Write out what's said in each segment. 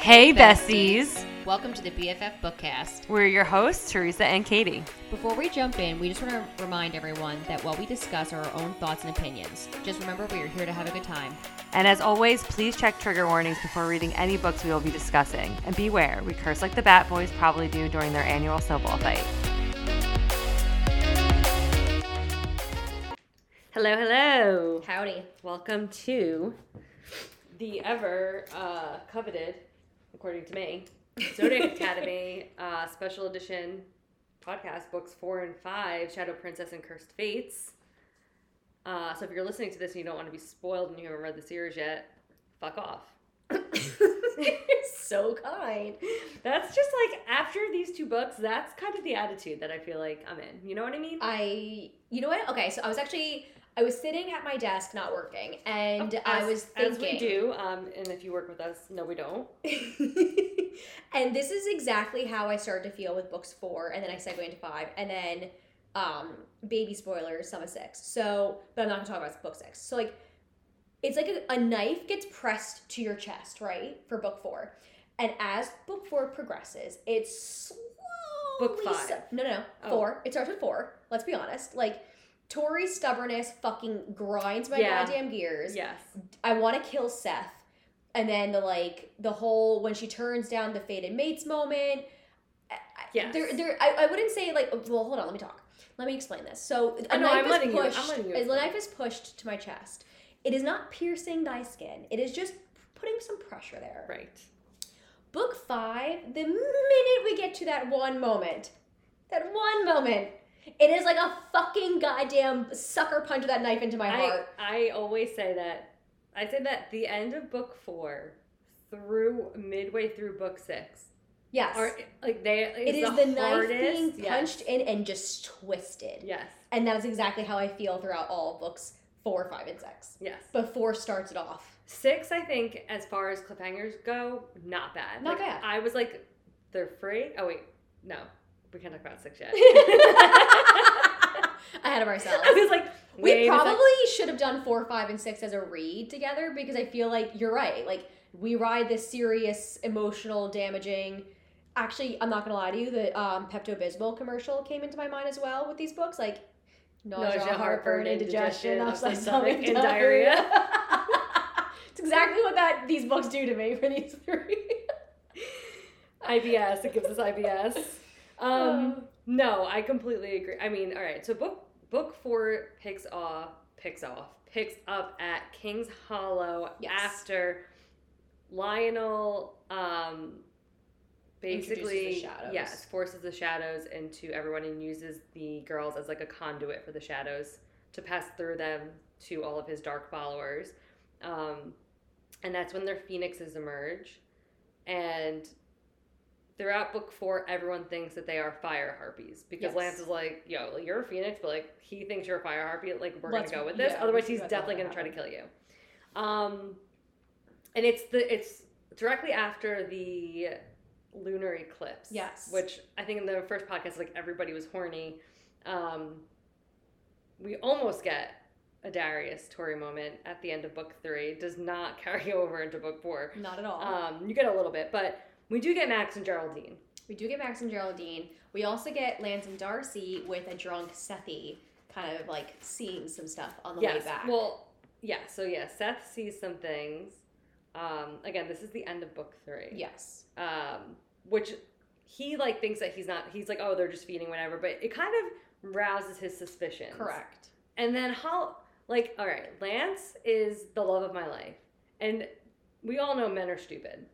Hey, besties. Welcome to the BFF Bookcast. We're your hosts, Teresa and Katie. Before we jump in, we just want to remind everyone that what we discuss are our own thoughts and opinions. Just remember, we are here to have a good time. And as always, please check trigger warnings before reading any books we will be discussing. And beware, we curse like the Bat Boys probably do during their annual snowball fight. Hello, hello. Howdy. Welcome to the ever uh, coveted, according to me, Zodiac Academy uh, special edition podcast books four and five Shadow Princess and Cursed Fates. Uh, so if you're listening to this and you don't want to be spoiled and you haven't read the series yet, fuck off. So kind. That's just like after these two books, that's kind of the attitude that I feel like I'm in. You know what I mean? I, you know what? Okay, so I was actually, I was sitting at my desk not working, and I As- was thinking. As we do, um, and if you work with us, no, we don't. and this is exactly how I started to feel with books four, and then I segue into five, and then um, baby spoilers, some of six. So, but I'm not gonna talk about book six. So, like, it's like a, a knife gets pressed to your chest, right, for book four, and as book four progresses, it's slowly. Book five. se- no, no, no, Oh. four. It starts with four. Let's be honest. Like, Tori's stubbornness fucking grinds my Yeah. goddamn gears. Yes. I want to kill Seth. And then the like the whole when she turns down the fated mates moment. I- I- Yes. There, there. I, I wouldn't say like. Well, hold on. Let me talk. Let me explain this. So a Oh, no, knife I'm is letting you- I'm pushed. letting you a explain. knife is pushed to my chest. It is not piercing thy skin. It is just putting some pressure there. Right. Book five. The minute we get to that one moment, that one moment, it is like a fucking goddamn sucker punch of that knife into my I, heart. I always say that. I say that the end of book four through midway through book six Yes. are like they It is the, the, knife hardest. being yes. punched in and just twisted. Yes. And that is exactly how I feel throughout all of books four, five, and six. Yes. But four starts it off. Six, I think, as far as cliffhangers go, not bad. Not Like, bad. I was like, they're free. Oh wait, no, we can't talk about six yet. Ahead of ourselves. I was like, wait a We sec. probably should have done four, five, and six as a read together because I feel like you're right. Like we ride this serious, emotional, damaging. Actually, I'm not gonna lie to you. The um, Pepto Bismol commercial came into my mind as well with these books, like nausea, Nausea, heartburn, indigestion, upside stomach, and and diarrhea. it's exactly what that these books do to me for these three. IBS. It gives us IBS. Um, Oh. no, I completely agree. I mean, all right. So book book four picks off picks off picks up at King's Hollow Yes. after Lionel. Um, Introduces the basically, shadows. yes, forces the shadows into everyone and uses the girls as like a conduit for the shadows to pass through them to all of his dark followers. Um, and that's when their phoenixes emerge. And throughout book four, everyone thinks that they are fire harpies because Yes. Lance is like, yo, like, you're a phoenix, but like he thinks you're a fire harpy. Like, we're going Let's- to go with this. yeah, Otherwise, let's he's let that definitely going to try to kill you. Um, and it's the, it's directly after the lunar eclipse. Yes. Which I think in the first podcast, like everybody was horny. Um, we almost get a Darius Tory moment at the end of book three. Does not carry over into book four. Not at all. Um, you get a little bit, but we do get Max and Geraldine. We do get Max and Geraldine. We also get Lance and Darcy with a drunk Sethy kind of like seeing some stuff on the way Yes. back. Well, yeah. So yeah, Seth sees some things. Um, again, this is the end of book three. yes. um, which he like thinks that he's not. He's like, oh, they're just feeding whatever. But it kind of rouses his suspicion. Correct. And then how? Like, all right, Lance is the love of my life, and we all know men are stupid.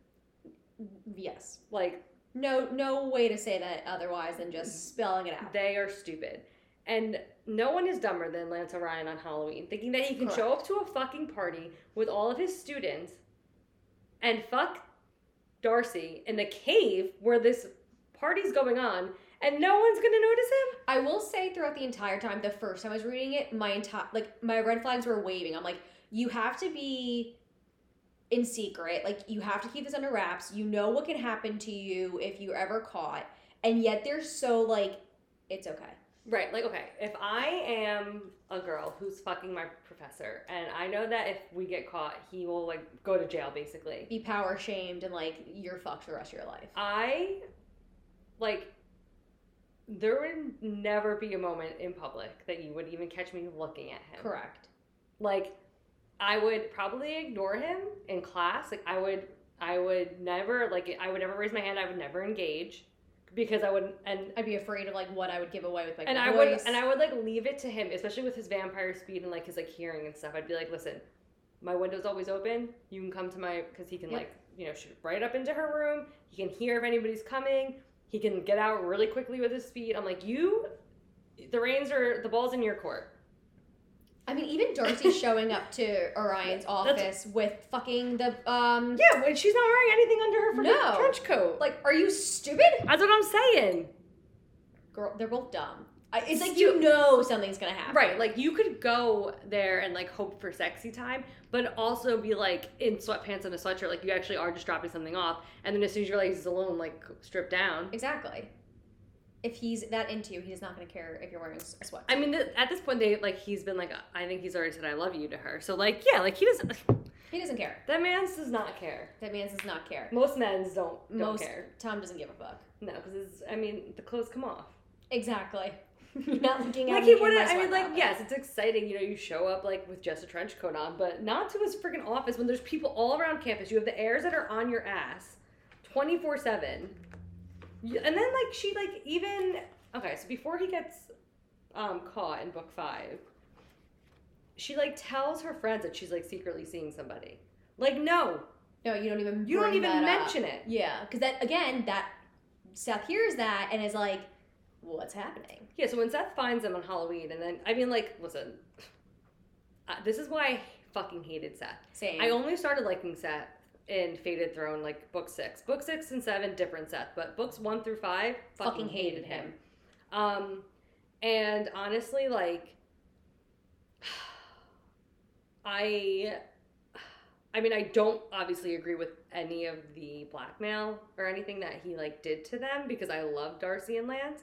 Yes. Like No no way to say that otherwise than just spelling it out. they are stupid. And no one is dumber than Lance Orion on Halloween, thinking that he can show up to a fucking party with all of his students and fuck Darcy in a cave where this party's going on, and no one's gonna notice him. I will say throughout the entire time, the first time I was reading it, my entire like my red flags were waving. I'm like, you have to be in secret. Like you have to keep this under wraps. You know what can happen to you if you're ever caught. And yet they're so like, it's okay. Right, like okay, if I am a girl who's fucking my professor, and I know that if we get caught, he will like go to jail basically. Be power shamed and like you're fucked for the rest of your life. Um, I like there would never be a moment in public that you would even catch me looking at him. Correct. Like I would probably ignore him in class. Like I would I would never like I would never raise my hand, I would never engage because I wouldn't and I'd be afraid of like what I would give away with like and I my would voice. and I would like leave it to him, especially with his vampire speed and like his like hearing and stuff. I'd be like, listen, my window's always open. You can come to my because he can Yep. like you know shoot right up into her room. He can hear if anybody's coming. He can get out really quickly with his speed. I'm like, you, the reins are the balls in your court. I mean, even Darcy showing up to Orion's office with fucking the um. Yeah, when she's not wearing anything under her freaking trench coat. Like, are you stupid? That's what I'm saying. Girl, they're both dumb. I, it's like you know something's gonna happen. Right, like you could go there and like hope for sexy time, but also be like in sweatpants and a sweatshirt, like you actually are just dropping something off. And then as soon as you realize he's alone, like strip down. Exactly. If he's that into you, he's not gonna care if you're wearing a sweat. I mean, th- at this point, they like he's been like I think he's already said I love you to her. So like yeah, like he doesn't. He doesn't care. That man does not care. That man does not care. Most men's don't don't Most care. Tom doesn't give a fuck. No, because I mean the clothes come off. Exactly. You're not looking at Like me he in my wouldn't. I mean, sweat like outfit. yes, it's exciting. You know, you show up like with just a trench coat on, but not to his freaking office when there's people all around campus. You have the airs that are on your ass, twenty four seven. And then like she like even okay. So before he gets um, caught in book five, she like tells her friends that she's like secretly seeing somebody. Like no, No, you don't even. you don't bring even that up. mention it. Yeah, because that again, that Seth hears that and is like, "What's happening?" Yeah, so when Seth finds him on Halloween, and then I mean, like, listen, uh, this is why I fucking hated Seth. Saying, I only started liking Seth in Fated Throne, like book six. Book six and seven, different Seth, but books one through five, fucking, Fucking hated, hated him. Um, and honestly, like, I, I mean, I don't obviously agree with any of the blackmail or anything that he like did to them because I love Darcy and Lance,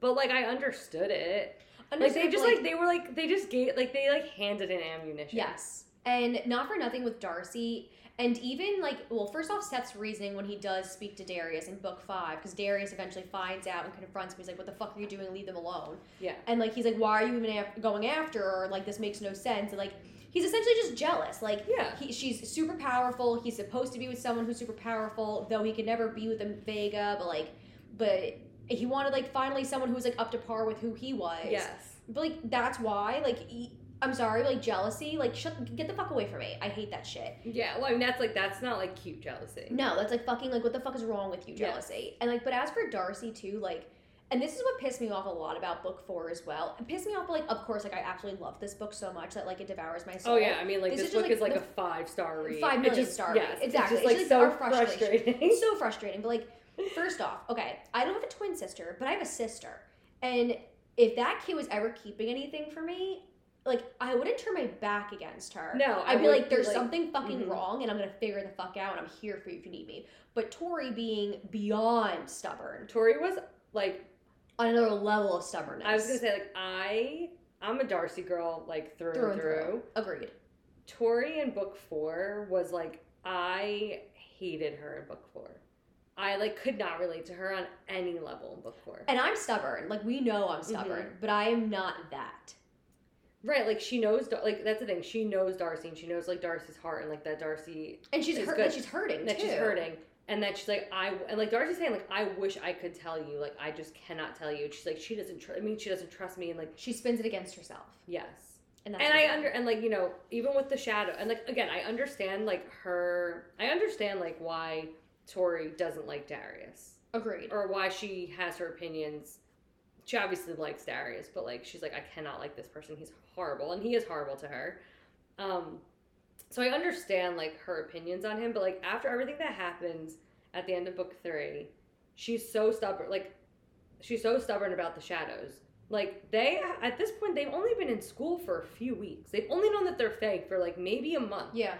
but like I understood it. Like they Understand, just like they were like they just gave like they like handed in ammunition. Yes. And not for nothing with Darcy. And even like, well, first off, Seth's reasoning when he does speak to Darius in book five, because Darius eventually finds out and confronts him. He's like, "What the fuck are you doing? Leave them alone." Yeah. And like, he's like, "Why are you even af- going after?" her? Or like, "This makes no sense." And like, he's essentially just jealous. Like, Yeah. he, she's super powerful. He's supposed to be with someone who's super powerful, though he could never be with a Vega. But like, but he wanted like finally someone who was like up to par with who he was. Yes. But like that's why, like, e- I'm sorry, like jealousy, like shut, get the fuck away from me. I hate that shit. Yeah, well, I mean, that's like that's not like cute jealousy. No, that's like fucking like what the fuck is wrong with you, Yeah. jealousy. And like, but as for Darcy too, like, and this is what pissed me off a lot about book four as well. It pissed me off, like, of course, like I absolutely love this book so much that like it devours my soul. Oh yeah, I mean, like This this, is just, book like, is like the a five star read. five It million just- star yes, read. It's Exactly. just It's like just so our frustration. frustrating. It's so frustrating. But like, first off, okay, I don't have a twin sister, but I have a sister, and if that kid was ever keeping anything for me, like I wouldn't turn my back against her. No, I I'd be would like, be there's like- something fucking mhm. wrong, and I'm gonna figure the fuck out, and I'm here for you if you need me. But Tori being beyond stubborn, Tori was like, on another level of stubbornness. I was gonna say, like I, I'm a Darcy girl, like through, and Through and through. agreed. Tori in book four was like, I hated her in book four. I like could not relate to her on any level in book four. And I'm stubborn. Like we know I'm stubborn, Mm-hmm. but I am not that. right, like she knows, Dar- like that's the thing. She knows Darcy, and she knows like Darcy's heart, and like that Darcy And she's It's hurt. good. That she's hurting. that she's too. hurting and that she's like i and like darcy's saying like i wish i could tell you like i just cannot tell you she's like she doesn't tr- i mean she doesn't trust me and like She spins it against herself. yes that's and i not- under and like you know even with the shadow and like again i understand like her i understand like why tori doesn't like darius agreed. or why she has her opinions she obviously likes darius but like she's like i cannot like this person he's horrible and he is horrible to her um so i understand like her opinions on him but like after everything that happens at the end of book three she's so stubborn like she's so stubborn about the shadows like they at this point they've only been in school for a few weeks they've only known that they're fake for like maybe a month Yeah.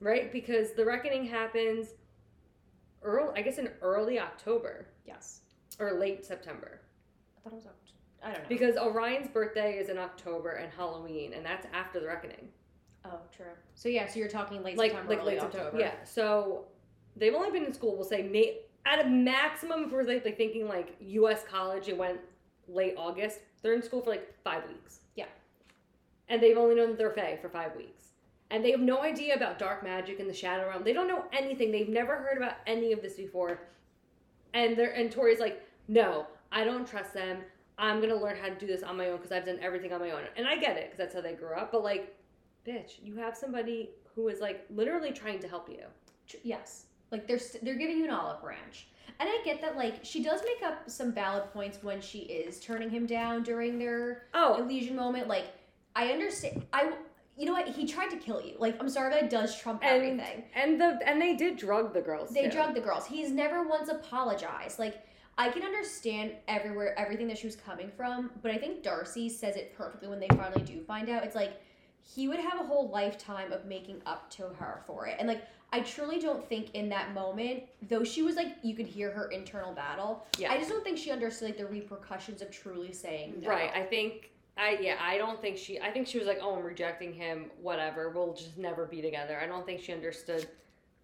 right because the reckoning happens early i guess in early october Yes. or late September. I thought it was October. I don't know. Because Orion's birthday is in October and Halloween, and that's after the Reckoning. oh, true. So yeah, so you're talking late like September, like early late October. September. Yeah. So they've only been in school. We'll say may, at a maximum. If we're like, like thinking like U.S. college, it went late August. They're in school for like five weeks. Yeah. And they've only known their Fae for five weeks, and they have no idea about dark magic and the shadow realm. They don't know anything. They've never heard about any of this before, and they're and Tori's like, no, I don't trust them. I'm gonna learn how to do this on my own because I've done everything on my own, and I get it because that's how they grew up. But like, bitch, you have somebody who is like literally trying to help you. Tr- Yes. Like they're st- they're giving you an olive branch. And I get that like she does make up some valid points when she is turning him down during their Oh, illusion moment. Like I understand I you know what? He tried to kill you. Like I'm sorry, but it does trump And- everything. and the and they did drug the girls. They too. drugged the girls. He's never once apologized. Like I can understand everywhere everything that she was coming from, but I think Darcy says it perfectly when they finally do find out. It's like he would have a whole lifetime of making up to her for it. And like I truly don't think in that moment, though she was like you could hear her internal battle. Yeah. I just don't think she understood like the repercussions of truly saying no. Right. I think. I yeah. I don't think she. I think she was like, oh, I'm rejecting him. Whatever. We'll just never be together. I don't think she understood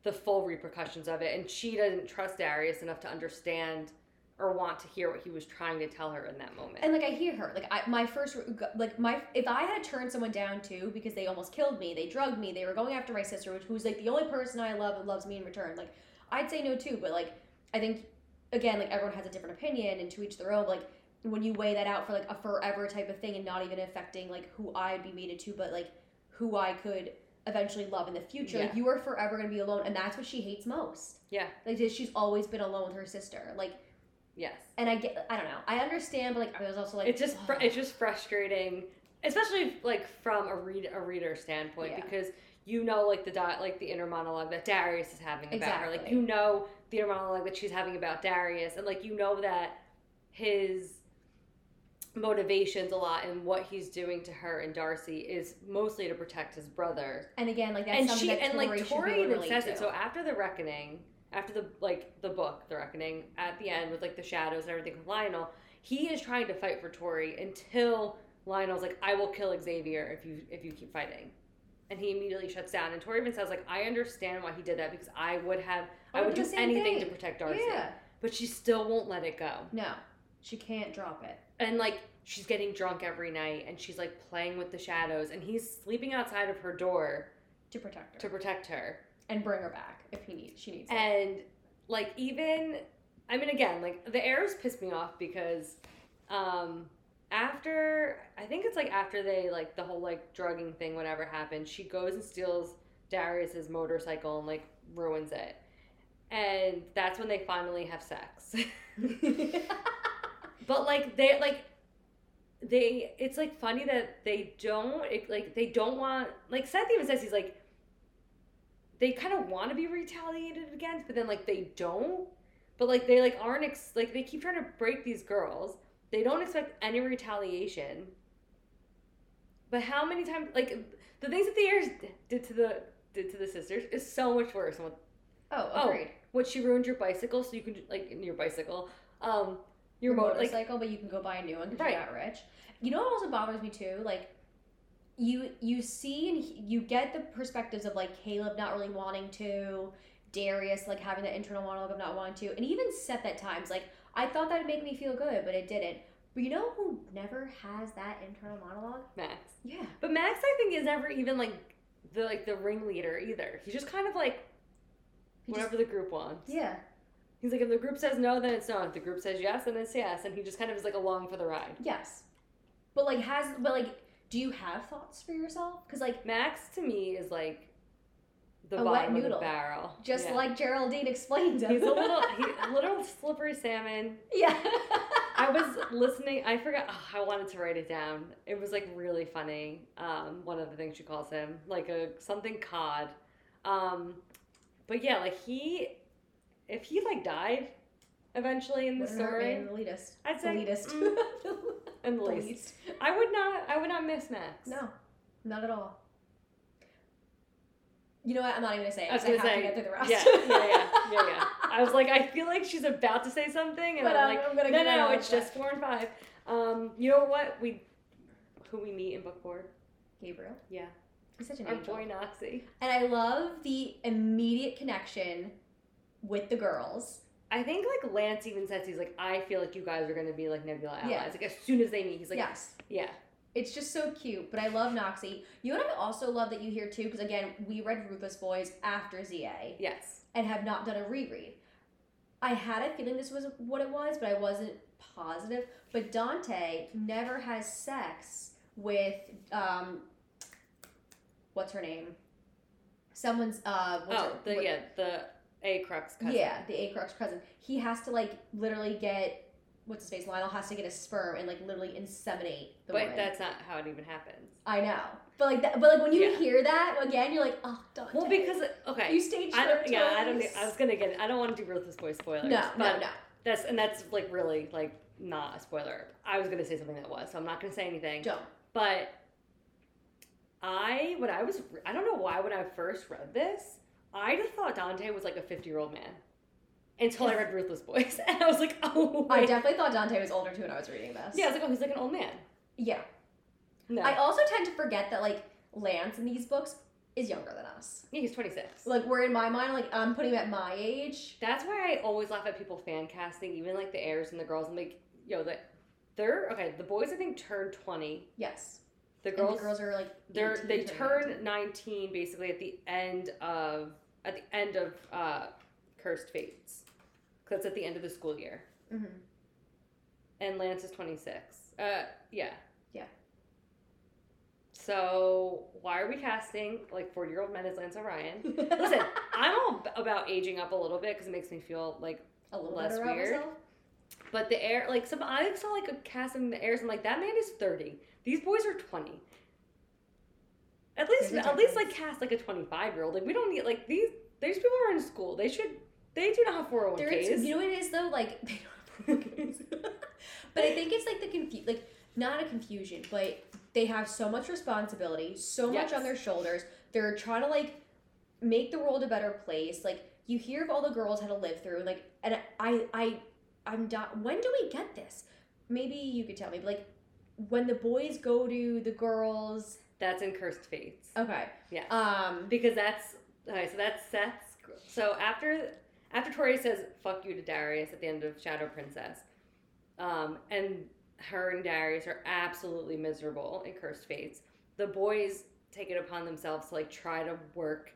the full repercussions of it, and she didn't trust Darius enough to understand or want to hear what he was trying to tell her in that moment. And like I hear her, like I, my first, like my, if I had to turn someone down too because they almost killed me, they drugged me, they were going after my sister, which who's like the only person I love and loves me in return. Like I'd say no too, but like I think again, like everyone has a different opinion and to each their own. but, Like when you weigh that out for like a forever type of thing and not even affecting like who I'd be mated to, but like who I could eventually love in the future. Like Yeah. you are forever gonna be alone, and that's what she hates most. Yeah. like she's always been alone with her sister. Like yes. and I get, I don't know, I understand, but like I was also like, it's just fr- ugh. it's just frustrating, especially like from a read a reader standpoint Yeah. because you know like the di- like the inner monologue that Darius is having about her, like Exactly. you know the inner monologue that she's having about Darius, and like you know that his motivations a lot and what he's doing to her and Darcy is mostly to protect his brother and again, like that's and something she that and Tori like should be able Tori to even relate says to. it. So after the reckoning, after the like the book, the reckoning, at the end with like the shadows and everything with Lionel, he is trying to fight for Tori until Lionel's like, "I will kill Xavier if you if you keep fighting," and he immediately shuts down. And Tori even says like, "I understand why he did that because I would have I, I would would do do Oh, the same anything to thing." protect Darcy," yeah, but she still won't let it go no, she can't drop it. and like she's getting drunk every night and she's like playing with the shadows and he's sleeping outside of her door To protect her to protect her and bring her back if he needs, she needs. it. and like even i mean again like the arrows pissed me off because um after i think it's like after they like the whole like drugging thing whatever happened she goes and steals darius's motorcycle and like ruins it and that's when they finally have sex but like they like they it's like funny that they don't it, like they don't want like Seth even says he's like they kind of want to be retaliated against but then like they don't but like they like aren't ex- like they keep trying to break these girls they don't expect any retaliation but how many times like the things that the heirs did to the did to the sisters is so much worse than what oh, Oh, agreed. what she ruined your bicycle so you can like your bicycle um your, mo- like motorcycle, but you can go buy a new one because Right. you got rich. You know what also bothers me too, like. You you see and he- you get the perspectives of like Caleb not really wanting to, Darius like having that internal monologue of not wanting to, and even Seth at times like I thought that would make me feel good, but it didn't. But you know who never has that internal monologue? max Yeah. But Max, I think, is never even like the like the ringleader either. He's just kind of like He whatever the group wants. Just, yeah. He's like, if the group says no, then it's no. If the group says yes, then it's yes. And he just kind of is like along for the ride. Yes. But like has but like do you have thoughts for yourself? Because like Max to me is like the A wet bottom of the noodle. barrel. just Yeah. like Geraldine explained it. he's a little he, a little slippery salmon. Yeah. I was listening. I forgot. ugh, I wanted to write it down. It was like really funny. Um, one of the things she calls him, like a something cod. Um, but yeah, like he, if he like died, eventually in the Wouldn't hurt story, me in the latest. I'd The say latest. mm, and the The least. least. I would not. I would not miss Max. No. Not at all. You know what? I'm not even gonna say it. I was 'cause gonna have say, to get through the rest. Yeah, yeah, yeah, yeah, yeah. I was like, I feel like she's about to say something, and But I'm I'm, like, I'm gonna no, get out no, of it's that. just four and five. Um, you know what? We who we meet in book four. Gabriel. Yeah. He's such an Our angel. boy Noxie. And I love the immediate connection with the girls. I think like Lance even says he's like, I feel like you guys are gonna be like Nebula allies. Yeah. Like as soon as they meet, he's like, yeah, yes. It's just so cute, but I love Noxie. You know what I also love that you hear too, because again, we read Ruthless Boys after ZA yes, and have not done a reread. I had a feeling this was what it was, but I wasn't positive. But Dante never has sex with um, what's her name? Someone's uh, what's oh, her- the what- yeah, the A crux cousin. Yeah, the Acrux cousin. He has to like literally get what's his face? Lionel has to get a sperm and like literally inseminate the but woman. that's not how it even happens. I know, but like that, but like when you Yeah. hear that again, you're like, oh, Dante. Well, because okay, you staged. I her don't. Yeah, I don't. twice. I was gonna get. I don't want to do ruthless boy spoilers. no, but no, no. That's and that's like really like not a spoiler. I was gonna say something that was, so I'm not gonna say anything. Don't. But I when I was I don't know why when I first read this I just thought Dante was like a 50 year old man until I read Ruthless Boys and I was like oh I wait. definitely thought Dante was older too when I was reading this. yeah I was like oh he's like an old man Yeah. no I also tend to forget that like Lance in these books is younger than us. yeah he's 26 Like we're in my mind, like I'm putting him at my age. that's why I always laugh at people fan casting even like the heirs and the girls I'm like yo that they're okay the boys I think turn 20 Yes. the And girls, the girls are like they're 18, they 20. turn 19 basically at the end of at the end of uh, Cursed Fates 'Cause that's at the end of the school year. Mhm. and Lance is 26. Uh, yeah. Yeah. So why are we casting like 40 year old men as Lance O'Rien? Mm-hmm. Listen, I'm all ab- about aging up a little bit because it makes me feel like. a little less better about weird. myself. But the air, like some, I saw like a casting the airs. I'm like, that man is 30. These boys are 20. At least, There's a at least like difference. cast like a 25 year old. Like we don't need like these. These people are in school. They should. They do not have 401ks. There is, you know what it is though, like they don't have kids. but I think it's like the confu- like not a confusion, but they have so much responsibility, so Yes. much on their shoulders. They're trying to like make the world a better place. Like you hear of all the girls had to live through, like and I I I'm not. When do we get this? Maybe you could tell me, but like when the boys go to the girls. That's in Cursed Fates. Okay. Yeah. Um. Because that's okay. So that's Seth's. So after after Tori says "fuck you" to Darius at the end of Shadow Princess, um, and her and Darius are absolutely miserable in Cursed Fates. The boys take it upon themselves to like try to work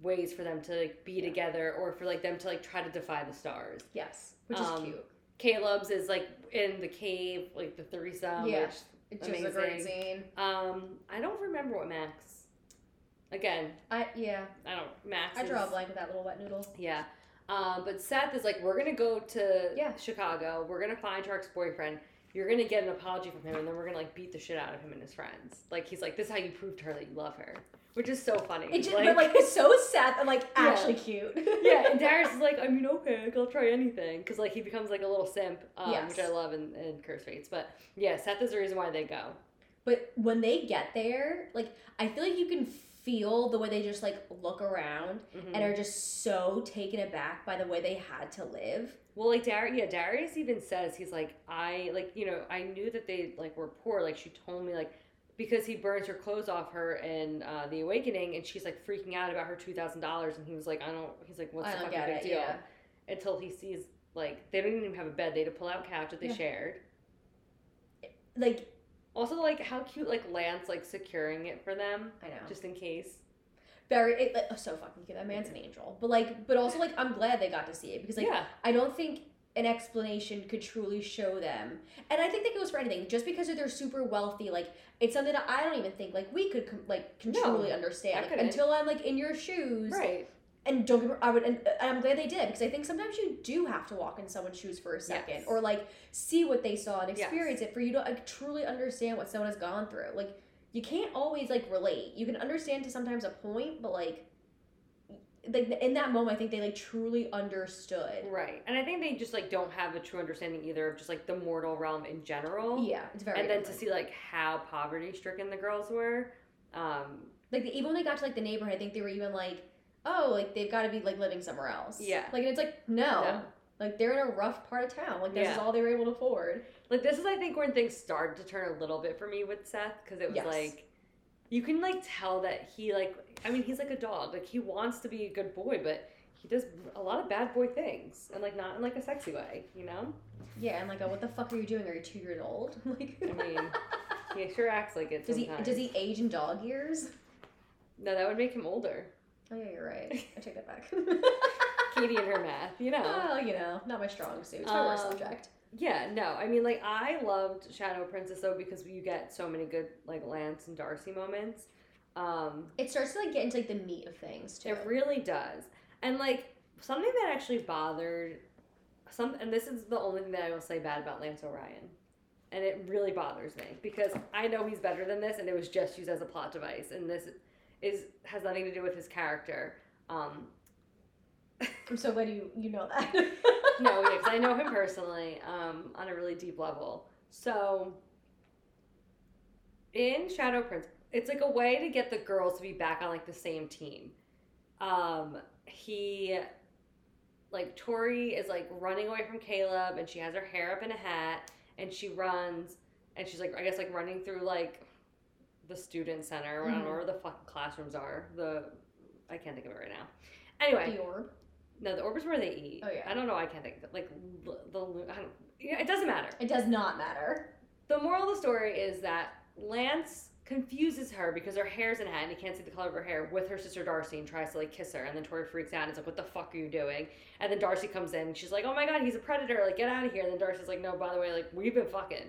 ways for them to like be together or for like them to like try to defy the stars. Yes. Which is Um, cute. Caleb's is like in the cave, like the threesome. Yeah. which- It's just a great amazing. scene. um, I don't remember what Max. Again, I yeah. I don't. Max. I is- draw a blank with that little wet noodle. Yeah. Um, but Seth is like, we're gonna go to Yeah. Chicago. We're gonna find your ex boyfriend. You're gonna get an apology from him, and then we're gonna like beat the shit out of him and his friends. Like he's like, this is how you prove to her that you love her, which is so funny. It just, like, but like it's so sad and like actually cute. yeah, and Darius is like, I mean, okay, like, I'll try anything, because like he becomes like a little simp, um, Yes. which I love in, in Curse Fates. But yeah, Seth is the reason why they go. But when they get there, like I feel like you can feel the way they just like look around Mhm. and are just so taken aback by the way they had to live. Well, like Darius, yeah, Darius even says he's like, I like, you know, I knew that they like were poor. Like she told me, like, because he burns her clothes off her in uh, the Awakening, and she's like freaking out about her two thousand dollars, and he was like, I don't. He's like, what's I the don't fucking get big it. deal? Yeah. Until he sees like they don't even have a bed; they had a pull-out couch that they Yeah. shared. Like Also, like how cute, like Lance like securing it for them I know, just just in case. very it, like, oh, so fucking cute. That man's an angel. But like, but also like I'm glad they got to see it because like yeah, I don't think an explanation could truly show them. And I think that goes for anything. Just because they're super wealthy, like it's something that I don't even think like we could com- like can No, truly I understand Like, couldn't. until I'm like in your shoes. right. And don't get me- I would and, and I'm glad they did because I think sometimes you do have to walk in someone's shoes for a second Yes. or like see what they saw and Yes. experience it for you to like truly understand what someone has gone through. Like you can't always like relate. You can understand to sometimes a point, but like like in that moment I think they like truly understood. Right. And I think they just like don't have a true understanding either of just like the mortal realm in general. Yeah, it's very and then to different. see like how poverty stricken the girls were um like they, even when they got to like the neighborhood, I think they were even like, oh, like they've got to be like living somewhere else. Yeah. Like and it's like no, No. Like they're in a rough part of town. Like this is Yeah. all they were able to afford. Like this is, I think, when things started to turn a little bit for me with Seth because it was Yes. like, you can like tell that he like, I mean, he's like a dog. Like he wants to be a good boy, but he does a lot of bad boy things, and like not in like a sexy way, you know. Yeah, and like, oh, what the fuck are you doing? Are you two years old? Like, I mean, he sure acts like it. does he sometimes. does he age in dog years? No, that would make him older. Oh yeah, you're right. I take that back. Katie and her math, you know. Well, you know, not my strong suit. It's my worst Um, subject. Yeah, no, I mean, like I loved Shadow Princess though because you get so many good like Lance and Darcy moments. Um, It starts to like get into like the meat of things too. It really does. And like something that actually bothered some and this is the only thing that I will say bad about Lance O'Ryan. And it really bothers me because I know he's better than this and it was just used as a plot device and this is has nothing to do with his character. Um I'm so glad you you know that. no, yeah, 'cause I know him personally um, on a really deep level. So in Shadow Prince, it's like a way to get the girls to be back on like the same team. Um, he, like Tori, is like running away from Caleb, and she has her hair up in a hat, and she runs, and she's like, I guess like running through like the student center, or I don't know Mhm. where the fucking classrooms are. The I can't think of it right now. Anyway, The orb. no, the orb is where they eat. Oh, yeah. I don't know. I can't think of it. Like l- the, lu- I don't, yeah, it doesn't matter. It does not matter. The moral of the story is that Lance confuses her because her hair's in a hat and he can't see the color of her hair with her sister Darcy and tries to like kiss her and then Tori freaks out and is like, "What the fuck are you doing?" And then Darcy comes in and she's like, "Oh my god, he's a predator! Like get out of here!" And then Darcy's like, "No, by the way, like we've been fucking."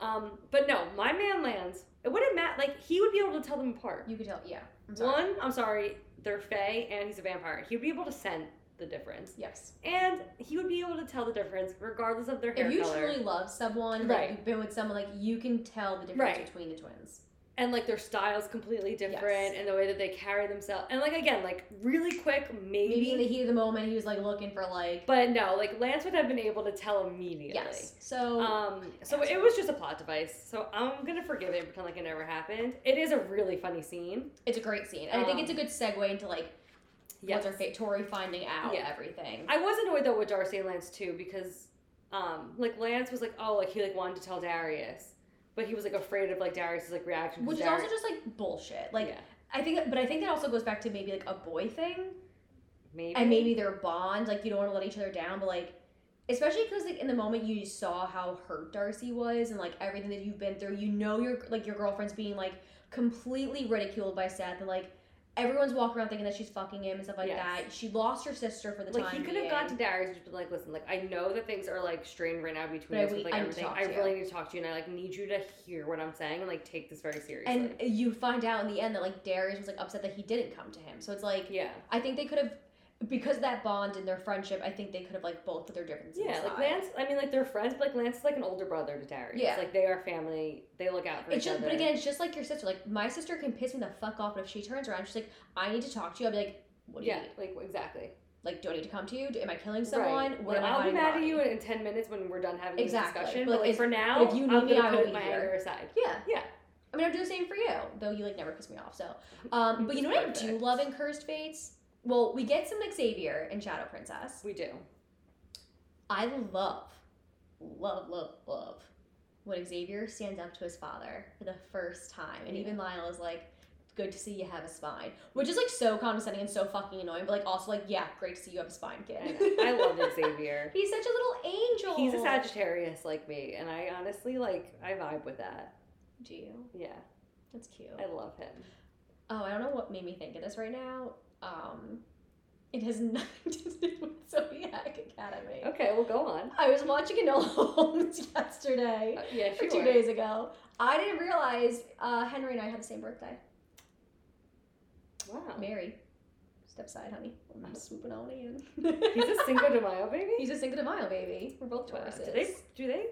Um, but no, my man Lance. It wouldn't matter. Like he would be able to tell them apart. You could tell. Yeah. I'm sorry. One, I'm sorry, they're Fey and he's a vampire. He would be able to scent the difference. Yes. And he would be able to tell the difference regardless of their hair If you color. truly love someone, like Right. you've been with someone, like you can tell the difference Right. between the twins. and like their style's completely different Yes. and the way that they carry themselves. And like again, like really quick, maybe. Maybe in the heat of the moment, he was like looking for like. but no, like Lance would have been able to tell immediately. yes. Oh, So Um, so it was just a plot device. So I'm gonna forgive it and pretend like it never happened. It is a really funny scene. it's a great scene, and I think um, it's a good segue into like what's her fate, Tori finding out Yeah. everything. I was annoyed though with Darcy and Lance too because, um, like Lance was like, oh, like he like wanted to tell Darius, but he was like afraid of like Darius's like reaction. 'cause which is Darius- also just like bullshit. Like Yeah. I think, but I think that also goes back to maybe like a boy thing. maybe and maybe their bond like you don't want to let each other down but like especially because like in the moment you saw how hurt darcy was and like everything that you've been through you know your like your girlfriend's being like completely ridiculed by seth and like everyone's walking around thinking that she's fucking him and stuff like Yes. that she lost her sister for the like time he could have being. gone to Darius and just been like, listen, like I know that things are like strained right now between But us I- with like I need to everything. talk I to you." really need to talk to you, and I like need you to hear what I'm saying and like take this very seriously. and you find out in the end that like darius was like upset that he didn't come to him so it's like yeah, i think they could have because of that bond and their friendship i think they could have like both put their differences yeah, like aside. Lance. I mean, like they're friends, but like Lance is like an older brother to Darius. Yeah. like they are family. They look out for It's each just, other. but again, it's just like your sister. Like my sister can piss me the fuck off, but if she turns around, she's like, "I need to talk to you." I'll be like, "What do yeah, you need? like exactly. Like, do I need to come to you? Do- Am I killing someone? right. What Like, am I I'll be hiding mad at behind?" you in, in ten minutes when we're done having Exactly. this discussion. But, But, like, like is- for now, but if you need I'm me, gonna I will put be my here. anger aside. Yeah, Yeah. I mean, I'm doing the same for you, though you like never piss me off. So, um, but you know what I do Perfect. love in Cursed Fates? Well, we get some Xavier and Shadow Princess. We do. I love, love, love, love when Xavier stands up to his father for the first time, and Yeah. even Lionel is like. Good to see you have a spine, which is like so condescending and so fucking annoying, but like also like yeah, great to see you have a spine, kid. I, know. I love Xavier. He's such a little angel. He's a Sagittarius like me, and I honestly like I vibe with that. Do you? Yeah, That's cute. I love him. Oh, I don't know what made me think of this right now. Um, it has nothing to do with Zodiac Academy. Okay, well go on. I was watching Enola Holmes yesterday, Uh, yeah, or sure. two days ago. I didn't realize uh, Henry and I had the same birthday. Wow. Mary, step aside, honey. I'm swooping on in. He's a Cinco de Mayo baby. He's a Cinco de Mayo baby. We're both Wow. Tauruses. Do they do they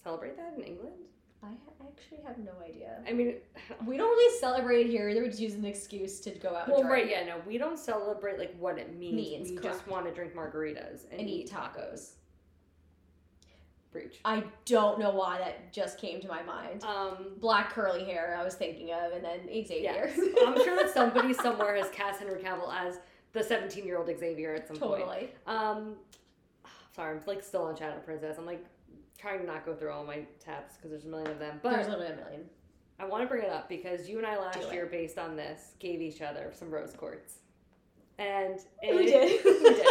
celebrate that in England? I ha- actually have no idea. I mean, We don't really celebrate it here either. We just use an excuse to go out. and well, drink. right? Yeah, no, we don't celebrate like what it means. Means, we correct. just want to drink margaritas and, and eat eat tacos. breach. I don't know why that just came to my mind. Um, Black curly hair, I was thinking of, and then Xavier. yes. I'm sure that somebody somewhere has cast Henry Cavill as the 17 year old Xavier at some point. totally. Um, Sorry, I'm like still on Shadow Princess. I'm like trying to not go through all my tabs because there's a million of them. But There's literally a million. I want to bring it up because you and I last Do it. year, based on this, gave each other some rose quartz. And We did. we did.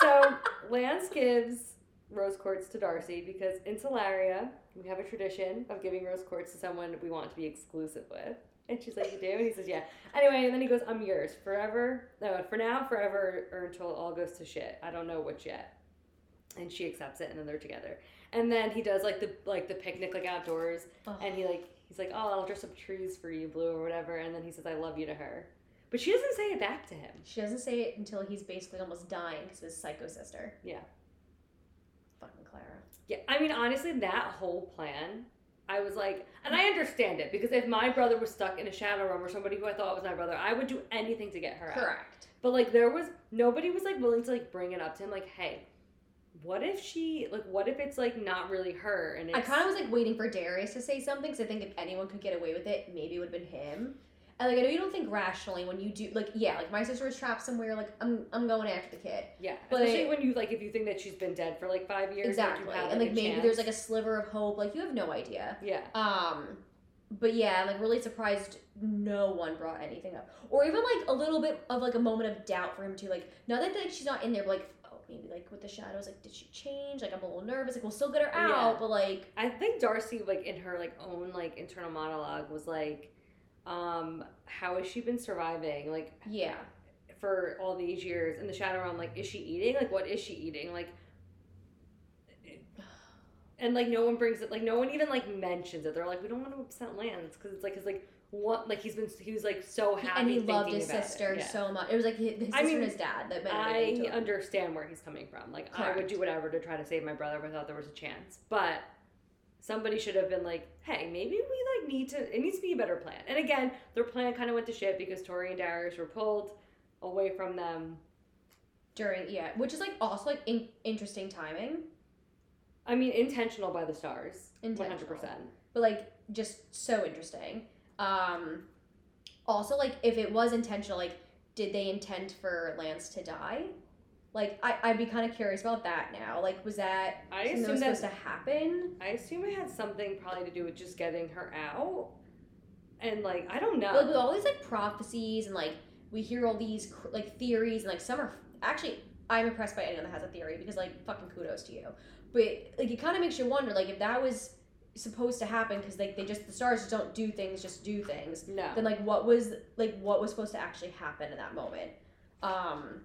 So Lance gives rose quartz to Darcy because in Solaria, we have a tradition of giving rose quartz to someone we want to be exclusive with. And she's like, You do? And he says, Yeah. Anyway, and then he goes, I'm yours forever. No, for now, forever, or until all goes to shit. I don't know which yet. And she accepts it, and then they're together. And then he does like the like the picnic, like outdoors, Ugh. and he like he's like, "Oh, I'll dress up trees for you, blue or whatever." And then he says, "I love you" to her, but she doesn't say it back to him. She doesn't say it until he's basically almost dying because of his psycho sister. Yeah. Fucking Clara. Yeah, I mean, honestly, that whole plan, I was like, and I understand it because if my brother was stuck in a shadow room or somebody who I thought was my brother, I would do anything to get her out. Correct. But like, there was nobody was like willing to like bring it up to him, like, "Hey, what if she like, what if it's like not really her?" And it's, I kind of was like waiting for Darius to say something because I think if anyone could get away with it, maybe it would have been him. And like I know you don't think rationally when you do like yeah like my sister was trapped somewhere like I'm I'm going after the kid yeah, but- especially when you like if you think that she's been dead for like five years, like, you exactly have, and like a maybe chance. there's like a sliver of hope like you have no idea yeah. Um, but yeah, like really surprised no one brought anything up, or even like a little bit of like a moment of doubt for him too. Like not that like she's not in there, but like oh maybe like with the shadows, like did she change? Like I'm a little nervous. Like we'll still get her out, Yeah. but like I think Darcy, like in her like own like internal monologue, was like, um, "How has she been surviving like yeah, for all these years in the Shadow Realm? Like, is she eating? Like, what is she eating? Like." And like no one brings it, like no one even like mentions it. They're like, we don't want to upset Lance because it's like, it's like what, like he's been, he was like so happy. and he loved thinking his about it. sister Yeah. so much. It was like his, his sister I mean, and his dad that meant everything I to him. understand where he's coming from. Like, I would Correct. do whatever to try to save my brother without there was a chance. But somebody should have been like, hey, maybe we like need to. It needs to be a better plan. And again, their plan kind of went to shit because Tori and Darius were pulled away from them. during yeah, which is like also like in- interesting timing, I mean, intentional by the stars, one hundred Intentional. percent. but like just so interesting. Um, also like if it was intentional, like did they intend for Lance to die? Like I, I'd be kind of curious about that now. Like was that I something assume that was supposed that to happen? I assume it had something probably to do with just getting her out. And like, I don't know. Like with all these like prophecies and like we hear all these cr- like theories and like some are actually I'm impressed by anyone that has a theory because like fucking kudos to you. But like it kind of makes you wonder like if that was supposed to happen because like they just the stars just don't do things just do things no, then like what was like what was supposed to actually happen in that moment um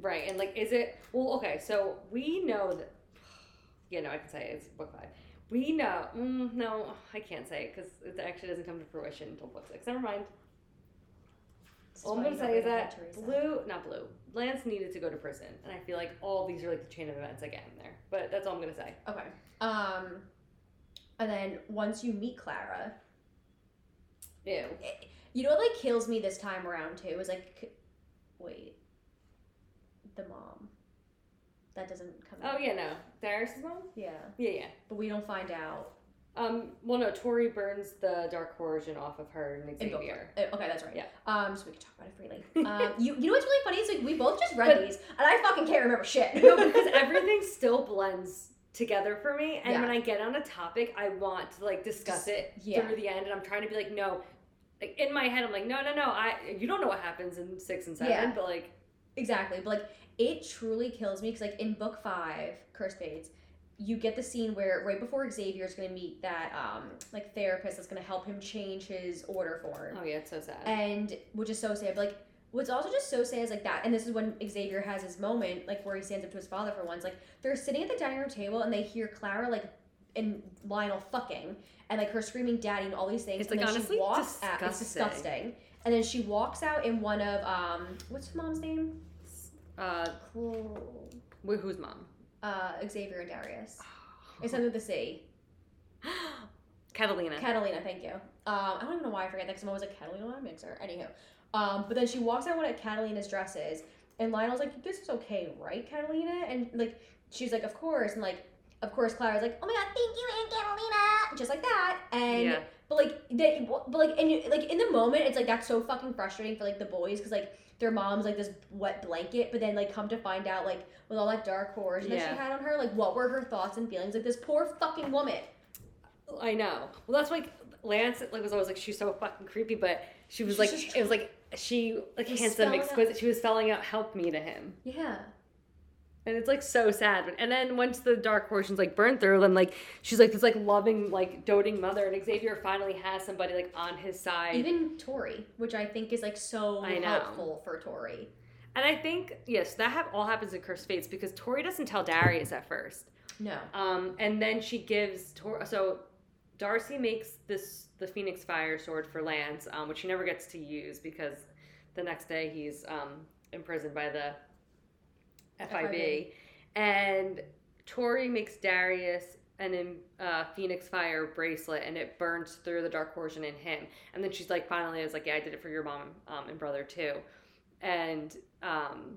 Right, and like, is it well? Okay, so we know that. Yeah, no, I can say it's book five. We know. Mm, no, I can't say it because it actually doesn't come to fruition until book six. Never mind. this All I'm why gonna you don't say is really that know Teresa. Blue, not Blue, Lance needed to go to prison, and I feel like all these are like the chain of events again there. But that's all I'm gonna say. okay um and then once you meet clara Ew. you know what like kills me this time around too is like c- wait the mom that doesn't come Oh out. yeah, no, Darius' mom. yeah Yeah, yeah. but we don't find out Um, well, no, Tori burns the dark corrosion off of her and in book Xavier. four. Uh, okay that's right Yeah. um so we can talk about it freely um you, you know what's really funny is like we both just read But- these and i fucking can't remember shit no, because everything still blends together for me. And Yeah. when I get on a topic, I want to like discuss Just- it yeah. through the end, and I'm trying to be like, no. Like in my head, I'm like, no, no, no. I you don't know what happens in six and seven, Yeah. but like, Exactly, but like it truly kills me because like in book five, Curse Bates, you get the scene where right before Xavier's gonna meet that um like therapist that's gonna help him change his order form, oh yeah, it's so sad. and which is so sad. But like what's also just so sad is like that, and this is when Xavier has his moment, like where he stands up to his father for once. Like they're sitting at the dining room table and they hear Clara like and Lionel fucking and like her screaming daddy and all these things. It's, and like, then honestly she walks out. It's disgusting. disgusting. And then she walks out in one of um what's her mom's name? Uh, Cool. wh- who's mom? Uh, Xavier and Darius. Oh. It's under the sea. Catalina. Catalina, thank you. Um, I don't even know why I forget that because I'm always like Catalina on a mixer. Anywho, um, but then she walks out in one of Catalina's dresses, and Lionel's like, "This is okay, right, Catalina?" And like, she's like, "Of course," and like, of course, Clara's like, "Oh my god, thank you, Aunt Catalina," just like that. And yeah, But like that, but like and you, like in the moment, it's like that's so fucking frustrating for like the boys because like their mom's like this wet blanket, but then like come to find out like with all that dark horror that Yeah. she had on her, like what were her thoughts and feelings? Like this poor fucking woman. I know. Well, that's like Lance like was always like she's so fucking creepy, but she was like She's just it was like she like She's handsome, spelling out- exquisite. She was spelling out "help me" to him, Yeah. and it's like so sad. And then once the dark portions like burn through, then like she's like this like loving like doting mother, and Xavier finally has somebody like on his side. Even Tori, which I think is like so I know. helpful for Tori. and I think yes, that ha- all happens in Cursed Fates because Tori doesn't tell Darius at first. No. Um, and then she gives Tor- so Darcy makes this the Phoenix Fire sword for Lance, um, which he never gets to use because the next day he's um, imprisoned by the FIB. FIB. And Tori makes Darius an im- uh, Phoenix Fire bracelet, and it burns through the Dark Horsion in him. And then she's like, finally, I was like, yeah, I did it for your mom um, and brother too. And um,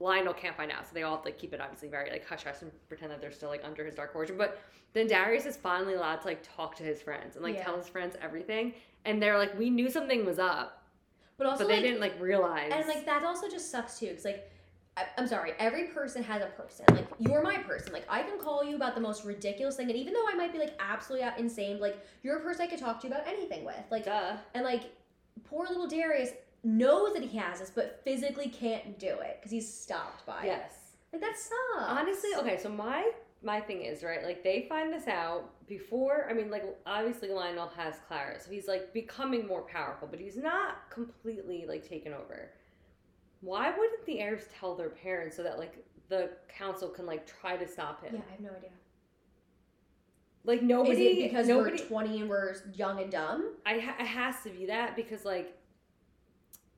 Lionel can't find out, so they all have to keep it obviously very like hush hush and pretend that they're still like under his dark origin. But then Darius is finally allowed to like talk to his friends and like Yeah. tell his friends everything, and they're like, we knew something was up, But also but they like, didn't like realize. And like that also just sucks too, because like I, I'm sorry, every person has a person. Like you're my person. Like I can call you about the most ridiculous thing, and even though I might be like absolutely out insane, like you're a person I could talk to about anything with. Like duh, and like poor little Darius knows that he has this, but physically can't do it because he's stopped by it. yes. Like that sucks. Honestly, okay. So my my thing is right, like they find this out before. I mean, like obviously Lionel has Clara, so he's like becoming more powerful, but he's not completely like taken over. Why wouldn't the heirs tell their parents so that like the council can like try to stop him? Yeah, I have no idea. Like nobody, Is it because nobody. we're 20 and we're young and dumb? I ha- it has to be that because like